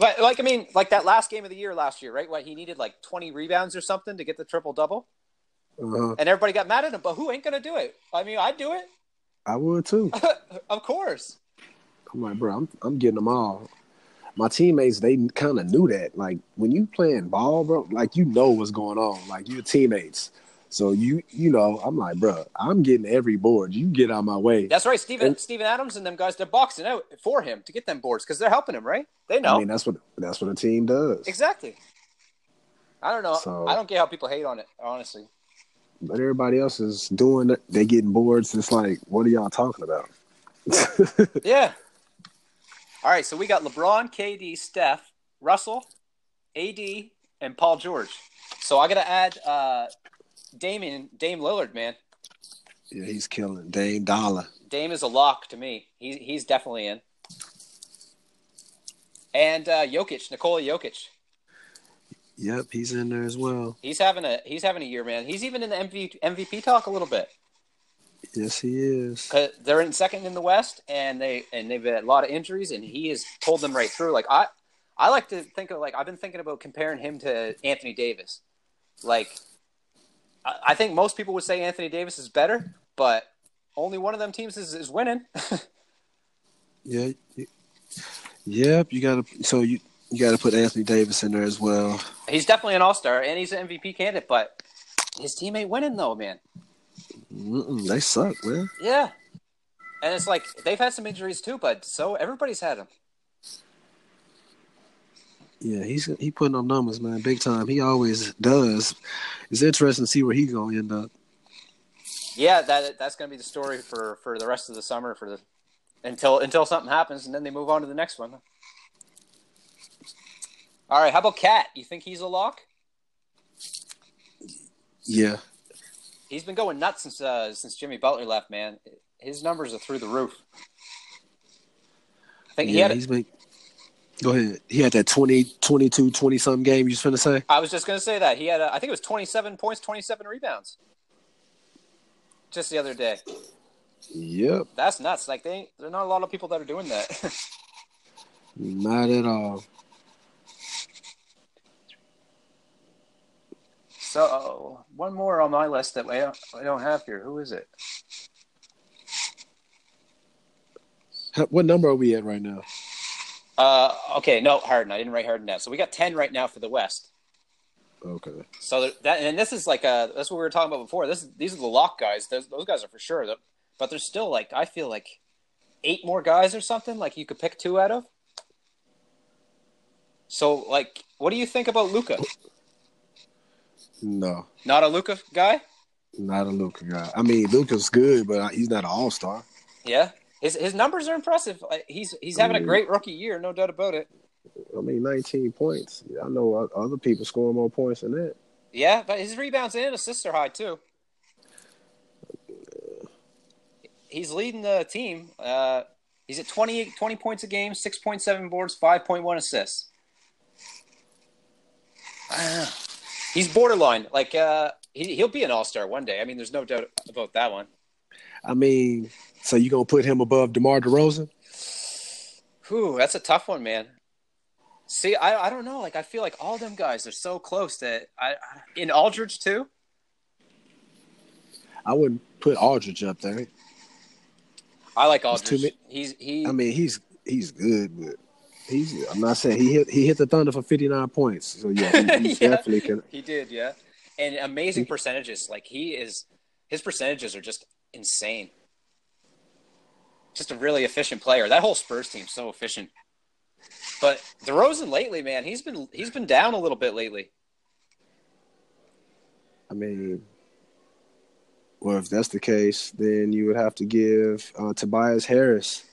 [SPEAKER 5] But like I mean, like that last game of the year last year, right? What he needed like twenty rebounds or something to get the triple double,
[SPEAKER 6] Uh-huh.
[SPEAKER 5] and everybody got mad at him. But who ain't gonna do it? I mean, I'd do it,
[SPEAKER 6] I would too.
[SPEAKER 5] of course.
[SPEAKER 6] I'm like, bro, I'm I'm getting them all. My teammates, they kind of knew that. Like when you playing ball, bro, like you know what's going on. Like you're teammates, so you you know. I'm like, bro, I'm getting every board. You get out my way.
[SPEAKER 5] That's right, Steven, Steven Adams and them guys, they're boxing out for him to get them boards because they're helping him, right? They know.
[SPEAKER 6] I mean, that's what that's what a team does.
[SPEAKER 5] Exactly. I don't know.
[SPEAKER 6] So-
[SPEAKER 5] I don't get how people hate on it, honestly.
[SPEAKER 6] But everybody else is doing. it. They getting boards. It's like, what are y'all talking about?
[SPEAKER 5] Yeah. All right, so we got LeBron, KD, Steph, Russell, AD, and Paul George. So I got to add uh, Damon, Dame Lillard, man.
[SPEAKER 6] Yeah, he's killing Dame Dollar.
[SPEAKER 5] Dame is a lock to me. He's he's definitely in. And uh, Jokic, Nikola Jokic,
[SPEAKER 6] Yep, he's in there as well.
[SPEAKER 5] he's having a he's having a year, man. He's even in the MV, MVP talk a little bit.
[SPEAKER 6] Yes, he is.
[SPEAKER 5] 'Cause they're in second in the West, and they and they've had a lot of injuries, and he has pulled them right through. Like I, I like to think of like I've been thinking about comparing him to Anthony Davis. Like, I, I think most people would say Anthony Davis is better, but only one of them teams is, is winning.
[SPEAKER 6] Yeah. y- Yep, you gotta so you you gotta put Anthony Davis in there as well.
[SPEAKER 5] he's definitely an All Star, and he's an MVP candidate, but his team ain't winning though, man.
[SPEAKER 6] Mm-mm, they suck, man.
[SPEAKER 5] Yeah, and it's like they've had some injuries too, but so everybody's had them.
[SPEAKER 6] Yeah, he's he putting up numbers, man, big time. He always does. It's interesting to see where he's gonna end up.
[SPEAKER 5] yeah, that that's going to be the story for for the rest of the summer for the until until something happens and then they move on to the next one. All right, how about Cat? You think he's a lock?
[SPEAKER 6] Yeah,
[SPEAKER 5] He's been going nuts since uh, since Jimmy Butler left, man. His numbers are through the roof. I think he
[SPEAKER 6] yeah,
[SPEAKER 5] had.
[SPEAKER 6] he's been. Go ahead. He had that 20, 22, 20 something game. You was finna say?
[SPEAKER 5] I was just going to say that he had. A, I think it was twenty seven points, twenty seven rebounds. Just the other day.
[SPEAKER 6] Yep,
[SPEAKER 5] That's nuts. Like they, there are not a lot of people that are doing that.
[SPEAKER 6] not at all.
[SPEAKER 5] So uh, one more on my list that I don't, I don't have here. Who is it?
[SPEAKER 6] Huh, What number are we at right now?
[SPEAKER 5] Uh, okay, no Harden. I didn't write Harden down. So we got ten right now for the West.
[SPEAKER 6] Okay.
[SPEAKER 5] So there- that and this is like uh that's what we were talking about before. This is, these are the lock guys. Those, those guys are for sure. Though. But there's still like I feel like eight more guys or something like you could pick two out of. So like, what do you think about Luca?
[SPEAKER 6] No,
[SPEAKER 5] Not a Luca guy.
[SPEAKER 6] not a Luca guy. I mean, Luca's good, but he's not an all star.
[SPEAKER 5] Yeah, his his numbers are impressive. Like, He's he's having a great rookie year, no doubt about it.
[SPEAKER 6] I mean, 19 points. I know other people score more points than that.
[SPEAKER 5] Yeah, but his rebounds and assists are high too. He's leading the team. Uh, he's at 20, 20 points a game, six point seven boards, five point one assists. I don't know. He's borderline. Like uh, he he'll be an all star one day. I mean, there's no doubt about that one.
[SPEAKER 6] I mean, so you gonna put him above DeMar DeRozan?
[SPEAKER 5] Whew, that's a tough one, man. See, I I don't know. Like I feel like all them guys are so close that I, I in Aldridge too.
[SPEAKER 6] I wouldn't put Aldridge up there.
[SPEAKER 5] I like
[SPEAKER 6] It's too
[SPEAKER 5] Aldridge. He's he.
[SPEAKER 6] I mean, he's he's good, but he's. I'm not saying he hit he hit the Thunder for 59 points. So yeah, he, he
[SPEAKER 5] Yeah.
[SPEAKER 6] definitely can.
[SPEAKER 5] He did, yeah. And amazing percentages. Like he is, his percentages are just insane. Just a really efficient player. That whole Spurs team's so efficient. But DeRozan lately, man, he's been he's been down a little bit lately.
[SPEAKER 6] I mean, well, if that's the case, then you would have to give uh, Tobias Harris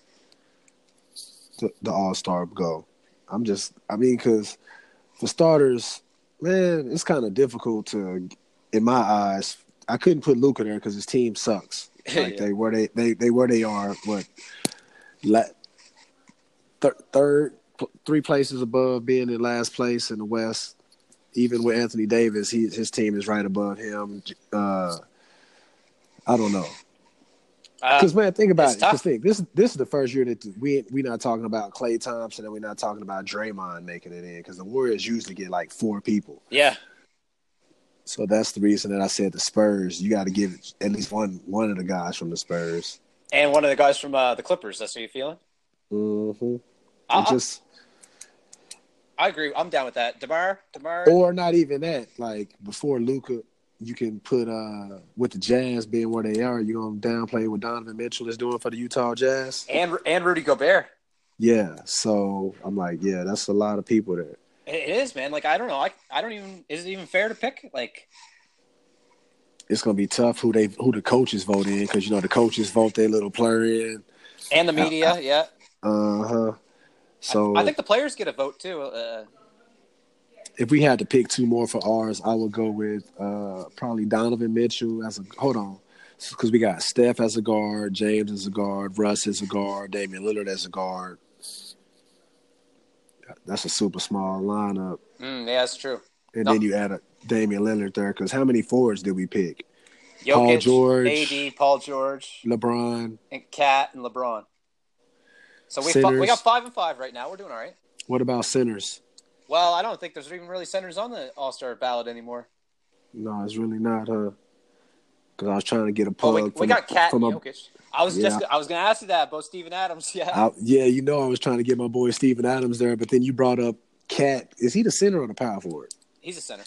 [SPEAKER 6] the, the All Star go. I'm just, I mean, because for starters, man, it's kind of difficult to, in my eyes, I couldn't put Luca there because his team sucks. Like
[SPEAKER 5] Yeah.
[SPEAKER 6] they where they, they they where they are, what la, thir- third, pl- three places above being in last place in the West even with Anthony Davis, he his team is right above him. Uh, I don't know,
[SPEAKER 5] Uh,
[SPEAKER 6] because man, think about
[SPEAKER 5] it's
[SPEAKER 6] it.
[SPEAKER 5] tough.
[SPEAKER 6] 'Cause think this this is the first year that we we not talking about Clay Thompson and we're not talking about Draymond making it in because the Warriors usually get like four people.
[SPEAKER 5] yeah,
[SPEAKER 6] So that's the reason that I said the Spurs. You got to give it at least one one of the guys from the Spurs.
[SPEAKER 5] and one of the guys from uh, the Clippers. That's how you feeling?
[SPEAKER 6] Mm-hmm.
[SPEAKER 5] I, I-
[SPEAKER 6] just
[SPEAKER 5] I agree. I'm down with that. Demar, Demar.
[SPEAKER 6] or not even that. Like before Luca, you can put uh with the Jazz being where they are, you're gonna downplay what Donovan Mitchell is doing for the Utah Jazz.
[SPEAKER 5] and and Rudy Gobert.
[SPEAKER 6] Yeah, so I'm like, yeah, that's a lot of people there.
[SPEAKER 5] It it is, man. Like I don't know. I I don't even. Is it even fair to pick? Like
[SPEAKER 6] It's gonna be tough who they who the coaches vote in because you know the coaches vote their little player in.
[SPEAKER 5] and the media. yeah.
[SPEAKER 6] Uh huh. So
[SPEAKER 5] I think the players get a vote too. Uh,
[SPEAKER 6] if we had to pick two more for ours, I would go with uh probably Donovan Mitchell as a hold on. because we got Steph as a guard, James as a guard, Russ as a guard, Damian Lillard as a guard. That's a super small lineup.
[SPEAKER 5] Mm, yeah, that's true.
[SPEAKER 6] And
[SPEAKER 5] No.
[SPEAKER 6] then you add a Damian Lillard there because how many forwards did we pick?
[SPEAKER 5] Jokic,
[SPEAKER 6] Paul George.
[SPEAKER 5] AD, Paul George,
[SPEAKER 6] LeBron.
[SPEAKER 5] and Cat and LeBron. So we fu- we
[SPEAKER 6] Centers.
[SPEAKER 5] got five and five right now. We're doing all right.
[SPEAKER 6] What about centers?
[SPEAKER 5] Well, I don't think there's even really centers on the All Star ballot anymore.
[SPEAKER 6] No, it's really not, huh? Because I was trying to get a
[SPEAKER 5] But
[SPEAKER 6] plug.
[SPEAKER 5] Oh, we, we
[SPEAKER 6] from
[SPEAKER 5] got
[SPEAKER 6] a-
[SPEAKER 5] Cat and
[SPEAKER 6] from a-
[SPEAKER 5] Jokic. I was just
[SPEAKER 6] Yeah.
[SPEAKER 5] I was gonna ask you that about Steven Adams. Yeah,
[SPEAKER 6] I- yeah, you know, I was trying to get my boy Steven Adams there, but then you brought up Cat. Is he the center or the power forward?
[SPEAKER 5] he's a center.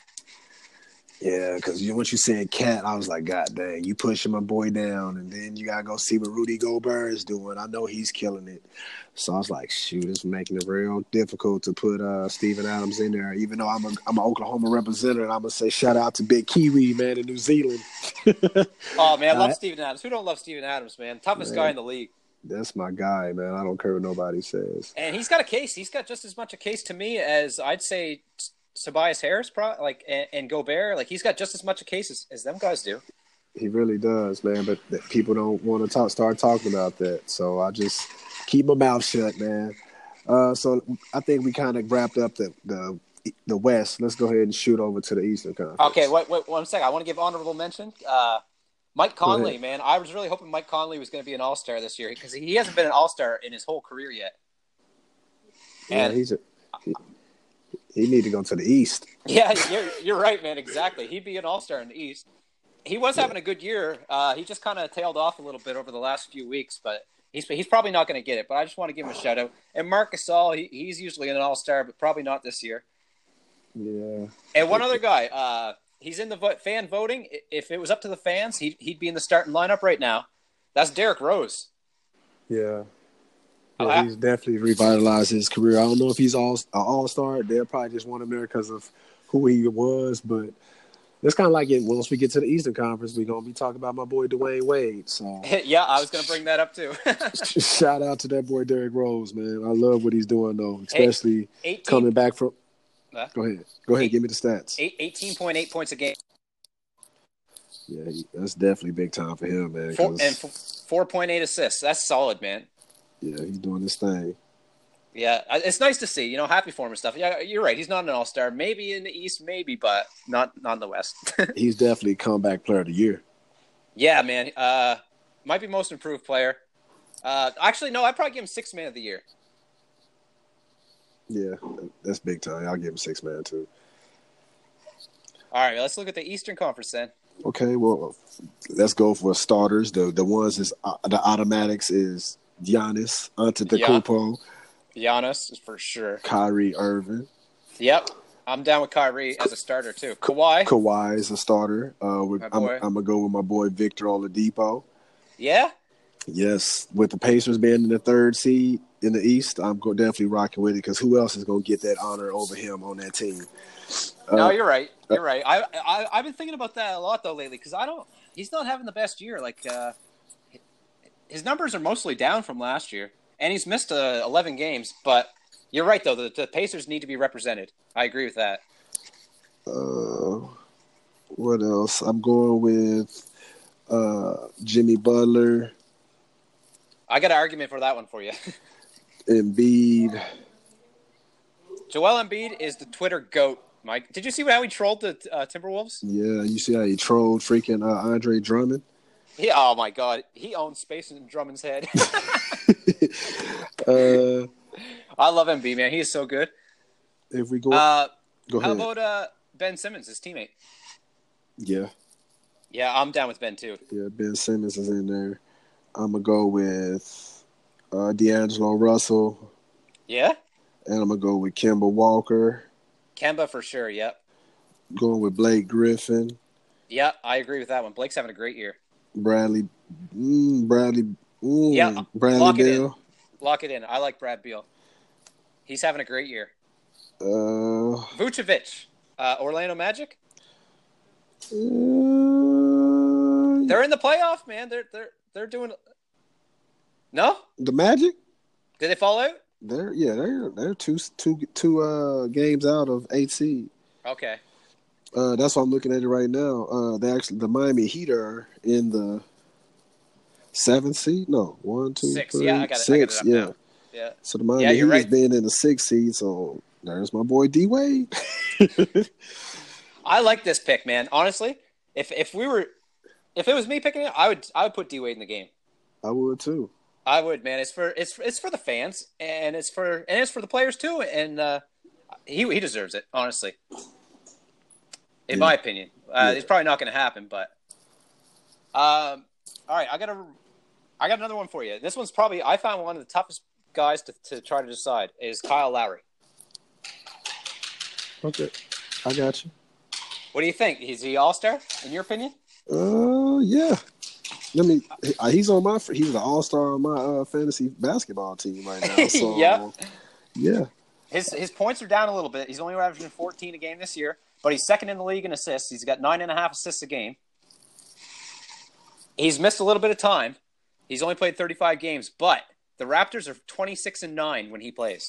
[SPEAKER 6] Yeah, because you, once you said cat, I was like, God dang, you pushing my boy down, and then you gotta go see what Rudy Gobert is doing. I know he's killing it, so I was like, shoot, it's making it real difficult to put uh Steven Adams in there. Even though I'm a I'm an Oklahoma representative, and I'm gonna say shout out to Big Kiwi man in New Zealand.
[SPEAKER 5] Oh man, I love
[SPEAKER 6] Uh,
[SPEAKER 5] Steven Adams. Who don't love Steven Adams, man? Toughest
[SPEAKER 6] Man.
[SPEAKER 5] guy in the league.
[SPEAKER 6] That's my guy, man. I don't care what nobody says.
[SPEAKER 5] And he's got a case. He's got just as much a case to me as I'd say S- Tobias Harris, pro- like and, and Gobert. Like he's got just as much a case as, as them guys do.
[SPEAKER 6] He really does, man. But th- people don't want to talk, start talking about that. So I just keep my mouth shut, man. Uh, so I think we kind of wrapped up the, the the West. Let's go ahead and shoot over to the Eastern Conference.
[SPEAKER 5] Okay, wait, wait one second. I want to give honorable mention. Uh, Mike Conley, man. I was really hoping Mike Conley was going to be an All Star this year because he hasn't been an All Star in his whole career yet.
[SPEAKER 6] yeah, he's a, he, he need to go to the East.
[SPEAKER 5] Yeah, you're, you're right, man. Exactly. He'd be an all star in the East. He was having a good year. Uh, he just kind of tailed off a little bit over the last few weeks, but he's he's probably not going to get it. But I just want to give him a shout out. And Marcus All, he, he's usually an all star, but probably not this year.
[SPEAKER 6] Yeah,
[SPEAKER 5] And one other guy, uh, he's in the vo- fan voting. I- If it was up to the fans, he'd, he'd be in the starting lineup right now. That's Derek Rose.
[SPEAKER 6] yeah. Yeah,
[SPEAKER 5] Oh, I-
[SPEAKER 6] he's definitely revitalized his career. I don't know if he's all an all star. They'll probably just want him there because of who he was. But it's kind of like it. Once we get to the Eastern Conference, we're gonna be talking about my boy Dwayne Wade. So
[SPEAKER 5] yeah, I was going to bring that up too.
[SPEAKER 6] Shout out to that boy Derrick Rose, man. I love what he's doing though,
[SPEAKER 5] Hey,
[SPEAKER 6] especially
[SPEAKER 5] 18,
[SPEAKER 6] coming back from.
[SPEAKER 5] Huh?
[SPEAKER 6] Go ahead, go ahead. Give me the stats.
[SPEAKER 5] eight- 18.8 points a game,
[SPEAKER 6] Yeah, he- that's definitely big time for him, man.
[SPEAKER 5] four,
[SPEAKER 6] 'cause,
[SPEAKER 5] and f- 4.8 assists. That's solid, man.
[SPEAKER 6] yeah, he's doing his thing.
[SPEAKER 5] Yeah, I- it's nice to see. You know, happy for him and stuff. Yeah, you're right. He's not an all star. Maybe in the East, maybe, but not not in the West.
[SPEAKER 6] He's definitely comeback player of the year.
[SPEAKER 5] yeah, man. Uh, might be most improved player. Uh, actually, no. I'd probably give him six man of the year.
[SPEAKER 6] Yeah, that's big time. I'll give him six man too.
[SPEAKER 5] All right, let's look at the Eastern Conference then.
[SPEAKER 6] Okay, well, let's go for starters. The the ones is uh, the automatics is Giannis Antetokounmpo,
[SPEAKER 5] Giannis is for sure.
[SPEAKER 6] Kyrie Irving,
[SPEAKER 5] Yep, I'm down with Kyrie as a starter too. Kawhi.
[SPEAKER 6] Kawhi is a starter. Uh, with,
[SPEAKER 5] My
[SPEAKER 6] I'm,
[SPEAKER 5] boy.
[SPEAKER 6] I'm gonna go with my boy Victor Oladipo.
[SPEAKER 5] Yeah.
[SPEAKER 6] Yes, with the Pacers being in the third seed in the East, I'm go- definitely rocking with it because who else is going to get that honor over him on that team?
[SPEAKER 5] No,
[SPEAKER 6] Uh,
[SPEAKER 5] you're right. You're right. I, I I've been thinking about that a lot though lately because I don't. He's not having the best year. Like uh, his numbers are mostly down from last year, and he's missed uh, 11 games. But you're right though. The, the Pacers need to be represented. I agree with that.
[SPEAKER 6] Uh, what else? I'm going with uh, Jimmy Butler,
[SPEAKER 5] I got an argument for that one for you.
[SPEAKER 6] Embiid.
[SPEAKER 5] Joel Embiid is the Twitter goat. Mike, did you see how he trolled the uh, Timberwolves?
[SPEAKER 6] Yeah, you see how he trolled freaking uh, Andre Drummond.
[SPEAKER 5] He, oh my God, he owns space in Drummond's head.
[SPEAKER 6] Uh,
[SPEAKER 5] I love Embiid, man. He is so good.
[SPEAKER 6] if we go,
[SPEAKER 5] Uh,
[SPEAKER 6] go
[SPEAKER 5] how
[SPEAKER 6] ahead.
[SPEAKER 5] about uh, Ben Simmons, his teammate?
[SPEAKER 6] yeah,
[SPEAKER 5] Yeah, I'm down with Ben too.
[SPEAKER 6] yeah. Ben Simmons is in there. I'm gonna go with uh, D'Angelo Russell,
[SPEAKER 5] Yeah.
[SPEAKER 6] and I'm gonna go with Kimba Walker.
[SPEAKER 5] Kemba for sure. Yep.
[SPEAKER 6] Going with Blake Griffin.
[SPEAKER 5] Yeah, I agree with that one. Blake's having a great year.
[SPEAKER 6] Bradley, mm, Bradley, mm,
[SPEAKER 5] Yeah,
[SPEAKER 6] Bradley
[SPEAKER 5] lock it in.
[SPEAKER 6] Bill.
[SPEAKER 5] Lock it in. I like Brad Beal. He's having a great year.
[SPEAKER 6] Uh,
[SPEAKER 5] Vucevic, uh, Orlando Magic.
[SPEAKER 6] uh,
[SPEAKER 5] They're in the playoff, man. They're they're they're doing. No,
[SPEAKER 6] the Magic.
[SPEAKER 5] did they fall out?
[SPEAKER 6] They're yeah, they're they're two two two uh games out of eight seed.
[SPEAKER 5] Okay.
[SPEAKER 6] Uh, that's why I'm looking at it right now. Uh, they actually the Miami Heat are in the seven seed? No, one, two,
[SPEAKER 5] Six.
[SPEAKER 6] three,
[SPEAKER 5] Yeah, I got it. I
[SPEAKER 6] six,
[SPEAKER 5] got it
[SPEAKER 6] yeah.
[SPEAKER 5] up Yeah.
[SPEAKER 6] So the Miami
[SPEAKER 5] Yeah,
[SPEAKER 6] yeah,
[SPEAKER 5] you're
[SPEAKER 6] Heat
[SPEAKER 5] right.
[SPEAKER 6] has been in the six seed. So there's my boy D Wade.
[SPEAKER 5] I like this pick, man. Honestly, if if we were, if it was me picking it, I would I would put D Wade in the game.
[SPEAKER 6] I would too.
[SPEAKER 5] I would, man. It's for it's it's for the fans and it's for and it's for the players too. And uh, he he deserves it, honestly. In
[SPEAKER 6] Yeah.
[SPEAKER 5] my opinion, uh,
[SPEAKER 6] Yeah.
[SPEAKER 5] it's probably not going to happen. But um, all right, I got a I got another one for you. This one's probably I found one of the toughest guys to, to try to decide is Kyle Lowry.
[SPEAKER 6] Okay, I got you.
[SPEAKER 5] What do you think? Is he All Star in your opinion?
[SPEAKER 6] Uh, yeah. Let me. uh, He's on my. He's an all star on my uh, fantasy basketball team right now. So
[SPEAKER 5] Yeah.
[SPEAKER 6] yeah.
[SPEAKER 5] His his points are down a little bit. He's only averaging 14 a game this year, but he's second in the league in assists. He's got nine and a half assists a game. He's missed a little bit of time. He's only played 35 games, but the Raptors are 26 and nine when he plays.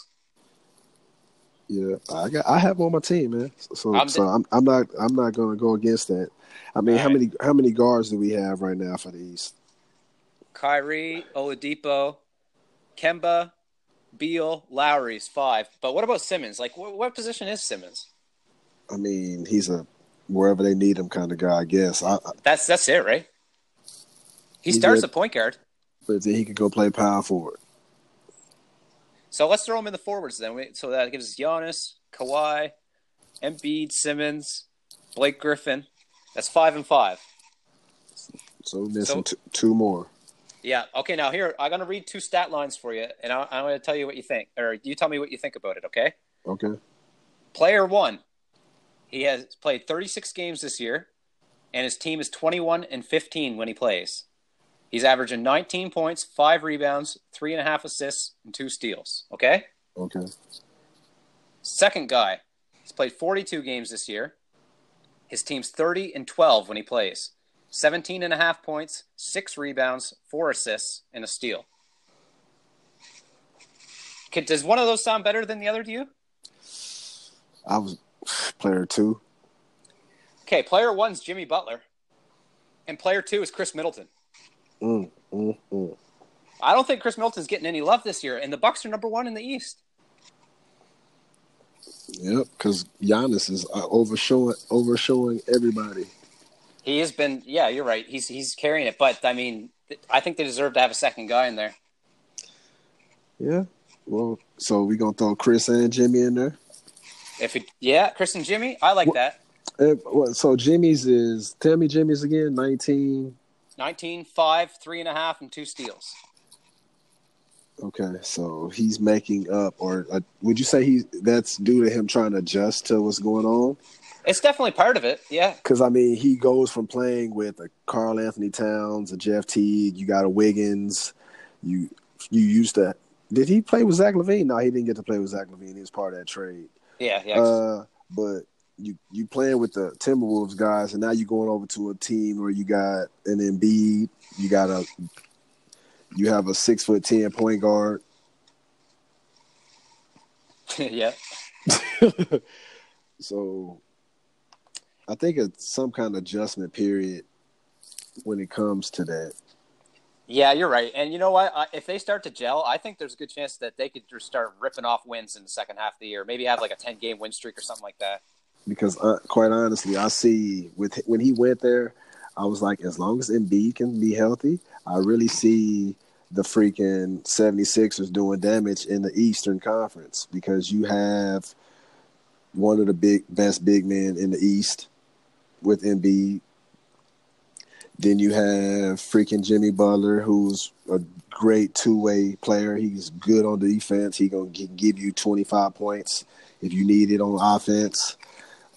[SPEAKER 6] Yeah, I got I have him on my team, man. So
[SPEAKER 5] I'm
[SPEAKER 6] I'm so I'm, I'm not I'm not going to go against that. I mean,
[SPEAKER 5] All
[SPEAKER 6] how
[SPEAKER 5] right.
[SPEAKER 6] many how many guards do we have right now for the East?
[SPEAKER 5] Kyrie, Oladipo, Kemba, Beal, Lowry's five. But what about Simmons? Like, wh- what position is Simmons?
[SPEAKER 6] I mean, he's a wherever they need him kind of guy, I guess. I, I
[SPEAKER 5] That's that's it, right? He
[SPEAKER 6] He's
[SPEAKER 5] starts
[SPEAKER 6] good.
[SPEAKER 5] at point guard.
[SPEAKER 6] but then he could go play power forward.
[SPEAKER 5] So let's throw him in the forwards then. We- So that gives us Giannis, Kawhi, Embiid, Simmons, Blake Griffin. That's five and five.
[SPEAKER 6] So we're missing
[SPEAKER 5] So-
[SPEAKER 6] two, two more.
[SPEAKER 5] Yeah. Okay. Now here I'm gonna read two stat lines for you, and I- I'm gonna tell you what you think, or you tell me what you think about it. Okay.
[SPEAKER 6] Okay.
[SPEAKER 5] Player one, he has played 36 games this year, and his team is 21 and 15 when he plays. He's averaging 19 points, five rebounds, three and a half assists, and two steals. Okay.
[SPEAKER 6] Okay.
[SPEAKER 5] Second guy, he's played 42 games this year. His team's 30 and 12 when he plays. 17 and a half points, six rebounds, four assists, and a steal. Could, does one of those sound better than the other to you?
[SPEAKER 6] I was player 2.
[SPEAKER 5] Okay, player one's Jimmy Butler, and player two is Chris Middleton.
[SPEAKER 6] Mm, mm, mm.
[SPEAKER 5] I don't think Chris Middleton's getting any love this year, and the Bucks are number one in the East.
[SPEAKER 6] Yep, cuz Giannis is uh, overshowing overshowing everybody.
[SPEAKER 5] He has been, yeah, you're right. He's he's carrying it, but I mean, th- I think they deserve to have a second guy in there.
[SPEAKER 6] Yeah. Well, so we going to throw Chris and Jimmy in there?
[SPEAKER 5] If it, yeah, Chris and Jimmy, I like
[SPEAKER 6] Wh-
[SPEAKER 5] that.
[SPEAKER 6] Eh, what- so Jimmy's is tell me Jimmy's again nineteen.
[SPEAKER 5] 19, 5, 3.5, and, a half, and two steals.
[SPEAKER 6] Okay, so he's making up, or uh, would you say he that's due to him trying to adjust to what's going on?
[SPEAKER 5] It's definitely part of it. Yeah.
[SPEAKER 6] Because I mean, he goes from playing with a Carl Anthony Towns, a Jeff Teague, you got a Wiggins, you you used to. Did he play with Zach Levine? No, he didn't get to play with Zach Levine. He was part of that trade.
[SPEAKER 5] Yeah. Yeah.
[SPEAKER 6] Uh, but you you playing with the Timberwolves guys, and now you're going over to a team where you got an Embiid, you got a you have a six foot ten point guard.
[SPEAKER 5] yeah.
[SPEAKER 6] So I think it's some kind of adjustment period when it comes to that.
[SPEAKER 5] Yeah. You're right. And you know what? I, if they start to gel, I think there's a good chance that they could just start ripping off wins in the second half of the year. Maybe have like a 10 game win streak or something like that.
[SPEAKER 6] Because uh, quite honestly, I see with when he went there, I was like, as long as Embiid can be healthy, I really see the freaking 76ers doing damage in the Eastern Conference because you have one of the big best big men in the East with Embiid. Then you have freaking Jimmy Butler, who's a great two-way player. He's good on defense. He gonna gi- give you 25 points if you need it on offense.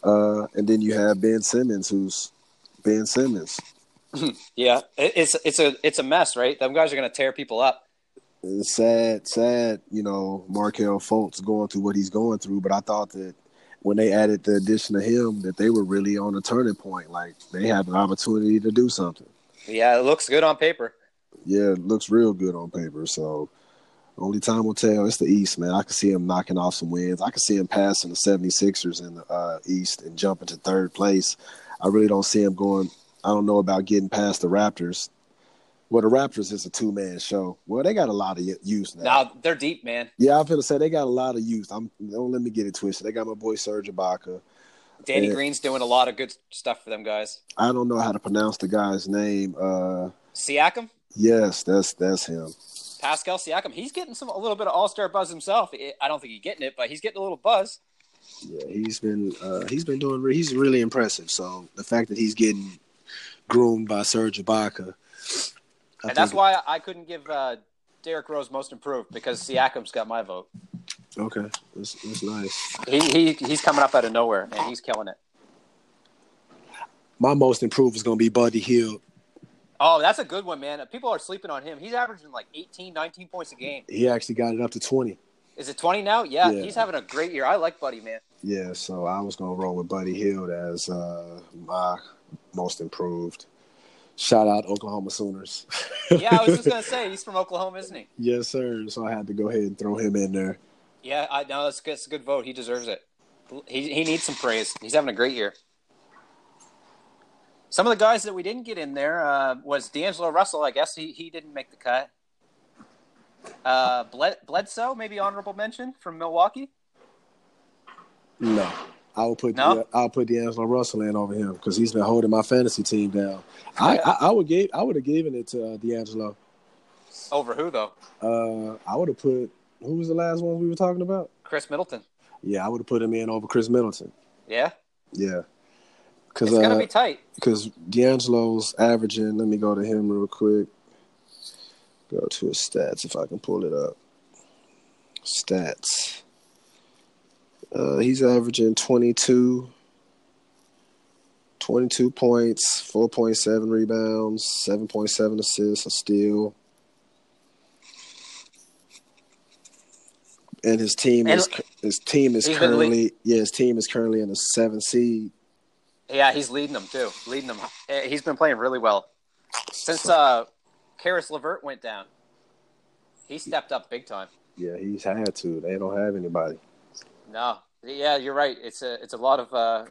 [SPEAKER 6] Uh, and then you have Ben Simmons, who's Ben Simmons.
[SPEAKER 5] Yeah. It, it's, it's a, it's a mess, right? Them guys are going to tear people up.
[SPEAKER 6] It's sad, sad, you know, Markel Fultz going through what he's going through. But I thought that when they added the addition of him, that they were really on a turning point. Like they have an opportunity to do something.
[SPEAKER 5] Yeah. It looks good on paper.
[SPEAKER 6] Yeah, it looks real good on paper. So only time will tell. It's the East, man. I can see him knocking off some wins. I can see him passing the 76ers in the uh, East and jumping to third place. I really don't see him going. I don't know about getting past the Raptors. Well, the Raptors is a two man show. Well, they got a lot of y- youth now.
[SPEAKER 5] Now they're deep, man.
[SPEAKER 6] Yeah, I'm gonna say they got a lot of youth. I'm don't let me get it twisted. They got my boy Serge Ibaka.
[SPEAKER 5] Danny
[SPEAKER 6] Yeah.
[SPEAKER 5] Green's doing a lot of good stuff for them guys.
[SPEAKER 6] I don't know how to pronounce the guy's name. Uh,
[SPEAKER 5] Siakam,
[SPEAKER 6] yes, that's that's him.
[SPEAKER 5] Pascal Siakam, he's getting some a little bit of All Star buzz himself. I- I don't think he's getting it, but he's getting a little buzz.
[SPEAKER 6] Yeah, he's been uh, he's been doing re- he's really impressive. So the fact that he's getting groomed by Serge Ibaka, I
[SPEAKER 5] and that's
[SPEAKER 6] think-
[SPEAKER 5] why I couldn't give uh, Derrick Rose most improved because Siakam's got my vote.
[SPEAKER 6] Okay, that's, that's nice.
[SPEAKER 5] He, he he's coming up out of nowhere and he's killing it.
[SPEAKER 6] My most improved is gonna be Buddy Hill.
[SPEAKER 5] Oh, that's a good one, man. People are sleeping on him. He's averaging like 18, 19 points a game.
[SPEAKER 6] He actually got it up to twenty.
[SPEAKER 5] Is it 20 now? Yeah,
[SPEAKER 6] Yeah.
[SPEAKER 5] he's having a great year. I like Buddy, man.
[SPEAKER 6] Yeah, so I was gonna roll with Buddy Hill as uh, my most improved. Shout out Oklahoma Sooners.
[SPEAKER 5] Yeah, I was just going to say, he's from Oklahoma, isn't he?
[SPEAKER 6] yes, sir. So I had to go ahead and throw him in there.
[SPEAKER 5] Yeah, I, no, that's, that's a good vote. He deserves it. He, he needs some praise. He's having a great year. Some of the guys that we didn't get in there uh, was D'Angelo Russell. I guess he, he didn't make the cut. Uh, Bled, Bledsoe, maybe honorable mention from Milwaukee.
[SPEAKER 6] No, I will put
[SPEAKER 5] No?
[SPEAKER 6] the, I'll put D'Angelo Russell in over him because he's been holding my fantasy team down. I I, I would give I would have given it to uh, D'Angelo.
[SPEAKER 5] Over who though?
[SPEAKER 6] Uh, I would have put who was the last one we were talking about?
[SPEAKER 5] Chris Middleton.
[SPEAKER 6] Yeah, I would have put him in over Chris Middleton.
[SPEAKER 5] Yeah,
[SPEAKER 6] Yeah, uh,
[SPEAKER 5] it's
[SPEAKER 6] because
[SPEAKER 5] gonna be tight.
[SPEAKER 6] because D'Angelo's averaging. Let me go to him real quick. Go to his stats if I can pull it up. Stats. Uh, he's averaging 22, 22 points, 4.7 rebounds, 7.7 assists, a steal. And his team
[SPEAKER 5] And-
[SPEAKER 6] is his team is
[SPEAKER 5] He's been le-
[SPEAKER 6] currently yeah his team is currently in the seventh seed.
[SPEAKER 5] Yeah, he's leading them too. Leading them. Eh, He's been playing really well since uh, Karis Levert went down. He stepped up big time.
[SPEAKER 6] Yeah, he's had to. They don't have anybody.
[SPEAKER 5] No, yeah, you're right. It's a it's a lot of uh,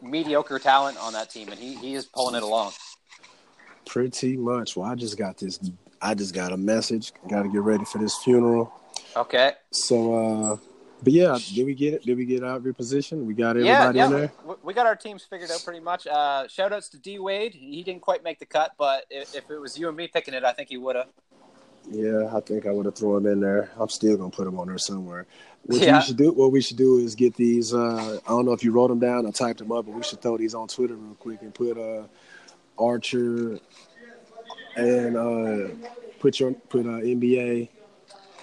[SPEAKER 5] mediocre talent on that team, and he, he is pulling it along.
[SPEAKER 6] Pretty much. Well, I just got this. I just got a message. Got to get ready for this funeral.
[SPEAKER 5] Okay,
[SPEAKER 6] So, uh but yeah, did we get it? Did we get out of your position? We got
[SPEAKER 5] yeah,
[SPEAKER 6] everybody
[SPEAKER 5] yeah,
[SPEAKER 6] in there.
[SPEAKER 5] we, we got our teams figured out pretty much. Uh, shout outs to D Wade. He didn't quite make the cut, but if, if it was you and me picking it, I think he would have.
[SPEAKER 6] Yeah, I think I would have thrown him in there. I'm still gonna put him on there somewhere. What
[SPEAKER 5] Yeah.
[SPEAKER 6] we should do, what we should do is get these. uh I don't know if you wrote them down or typed them up, but we should throw these on Twitter real quick and put uh Archer and uh put your put uh NBA.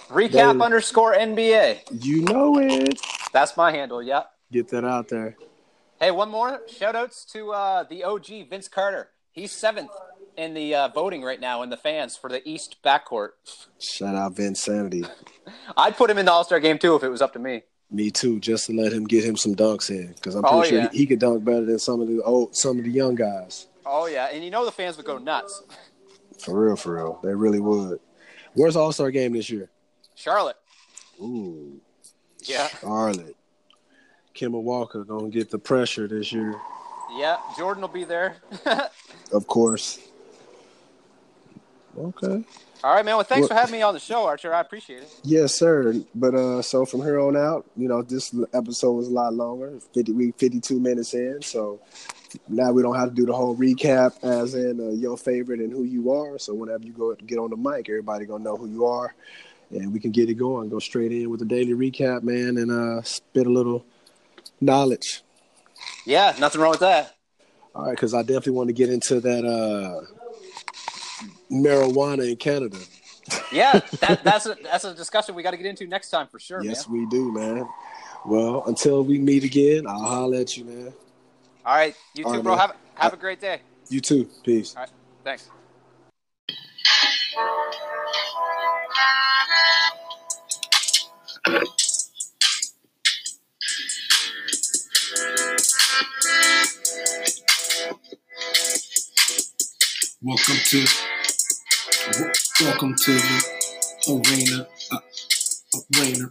[SPEAKER 5] Recap
[SPEAKER 6] They-
[SPEAKER 5] underscore NBA.
[SPEAKER 6] You know it.
[SPEAKER 5] That's my handle. Yeah.
[SPEAKER 6] Get that out there.
[SPEAKER 5] Hey, one more shout outs to uh, the OG Vince Carter. He's seventh in the uh, voting right now in the fans for the East backcourt.
[SPEAKER 6] Shout out Vince Sanity.
[SPEAKER 5] I'd put him in the All Star game too if it was up to me.
[SPEAKER 6] Me too, just to let him get him some dunks in, because I'm pretty
[SPEAKER 5] Oh,
[SPEAKER 6] sure
[SPEAKER 5] yeah.
[SPEAKER 6] he, he could dunk better than some of the old, some of the young guys.
[SPEAKER 5] Oh yeah, and you know the fans would go nuts.
[SPEAKER 6] For real, for real, they really would. Where's All Star game this year?
[SPEAKER 5] Charlotte.
[SPEAKER 6] Ooh,
[SPEAKER 5] Yeah.
[SPEAKER 6] Charlotte. Kimba Walker gonna get the pressure this year,
[SPEAKER 5] Yeah. Jordan will be there.
[SPEAKER 6] of course. Okay.
[SPEAKER 5] All right, man. Well,
[SPEAKER 6] Well-
[SPEAKER 5] thanks for having me on the show, Archer. I appreciate it.
[SPEAKER 6] Yes, sir. But uh, so from here on out, you know, this episode was a lot longer. Fifty, we fifty-two minutes in, so now we don't have to do the whole recap, as in uh, your favorite and who you are. So whenever you go get on the mic, everybody gonna know who you are, and we can get it going. Go straight in with the daily recap, man, and uh, spit a little knowledge.
[SPEAKER 5] Yeah, nothing wrong with that.
[SPEAKER 6] All right, because I definitely want to get into that uh, marijuana in Canada.
[SPEAKER 5] Yeah, that, that's a that's a discussion we got to get into next time for sure,
[SPEAKER 6] yes,
[SPEAKER 5] man.
[SPEAKER 6] we do, man. Well, until we meet again, I'll holler at you, man.
[SPEAKER 5] All right, you
[SPEAKER 6] All
[SPEAKER 5] too,
[SPEAKER 6] right,
[SPEAKER 5] bro.
[SPEAKER 6] man. Uh,
[SPEAKER 5] Have have a great day.
[SPEAKER 6] You too. Peace.
[SPEAKER 5] All right, thanks.
[SPEAKER 7] Welcome to, w- welcome to the arena, uh, arena.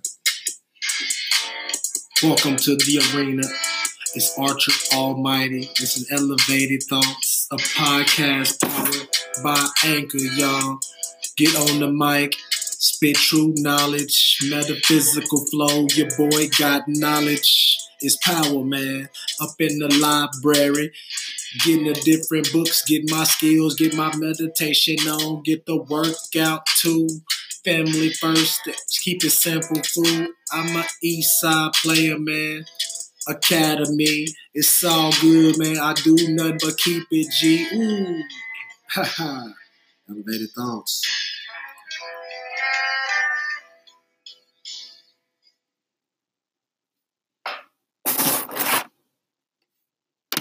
[SPEAKER 7] Welcome to the arena. It's Archer Almighty. This is Elevated Thoughts, a podcast powered by Anchor, y'all. Get on the mic, spit true knowledge, metaphysical flow. Your boy got knowledge. It's power, man. Up in the library, getting the different books, get my skills, get my meditation on, get the workout too. Family first, just keep it simple, fool. I'm a East Side player, man. Academy, it's all good, man. I do nothing but keep it G. Ooh, ha ha. Elevated thoughts.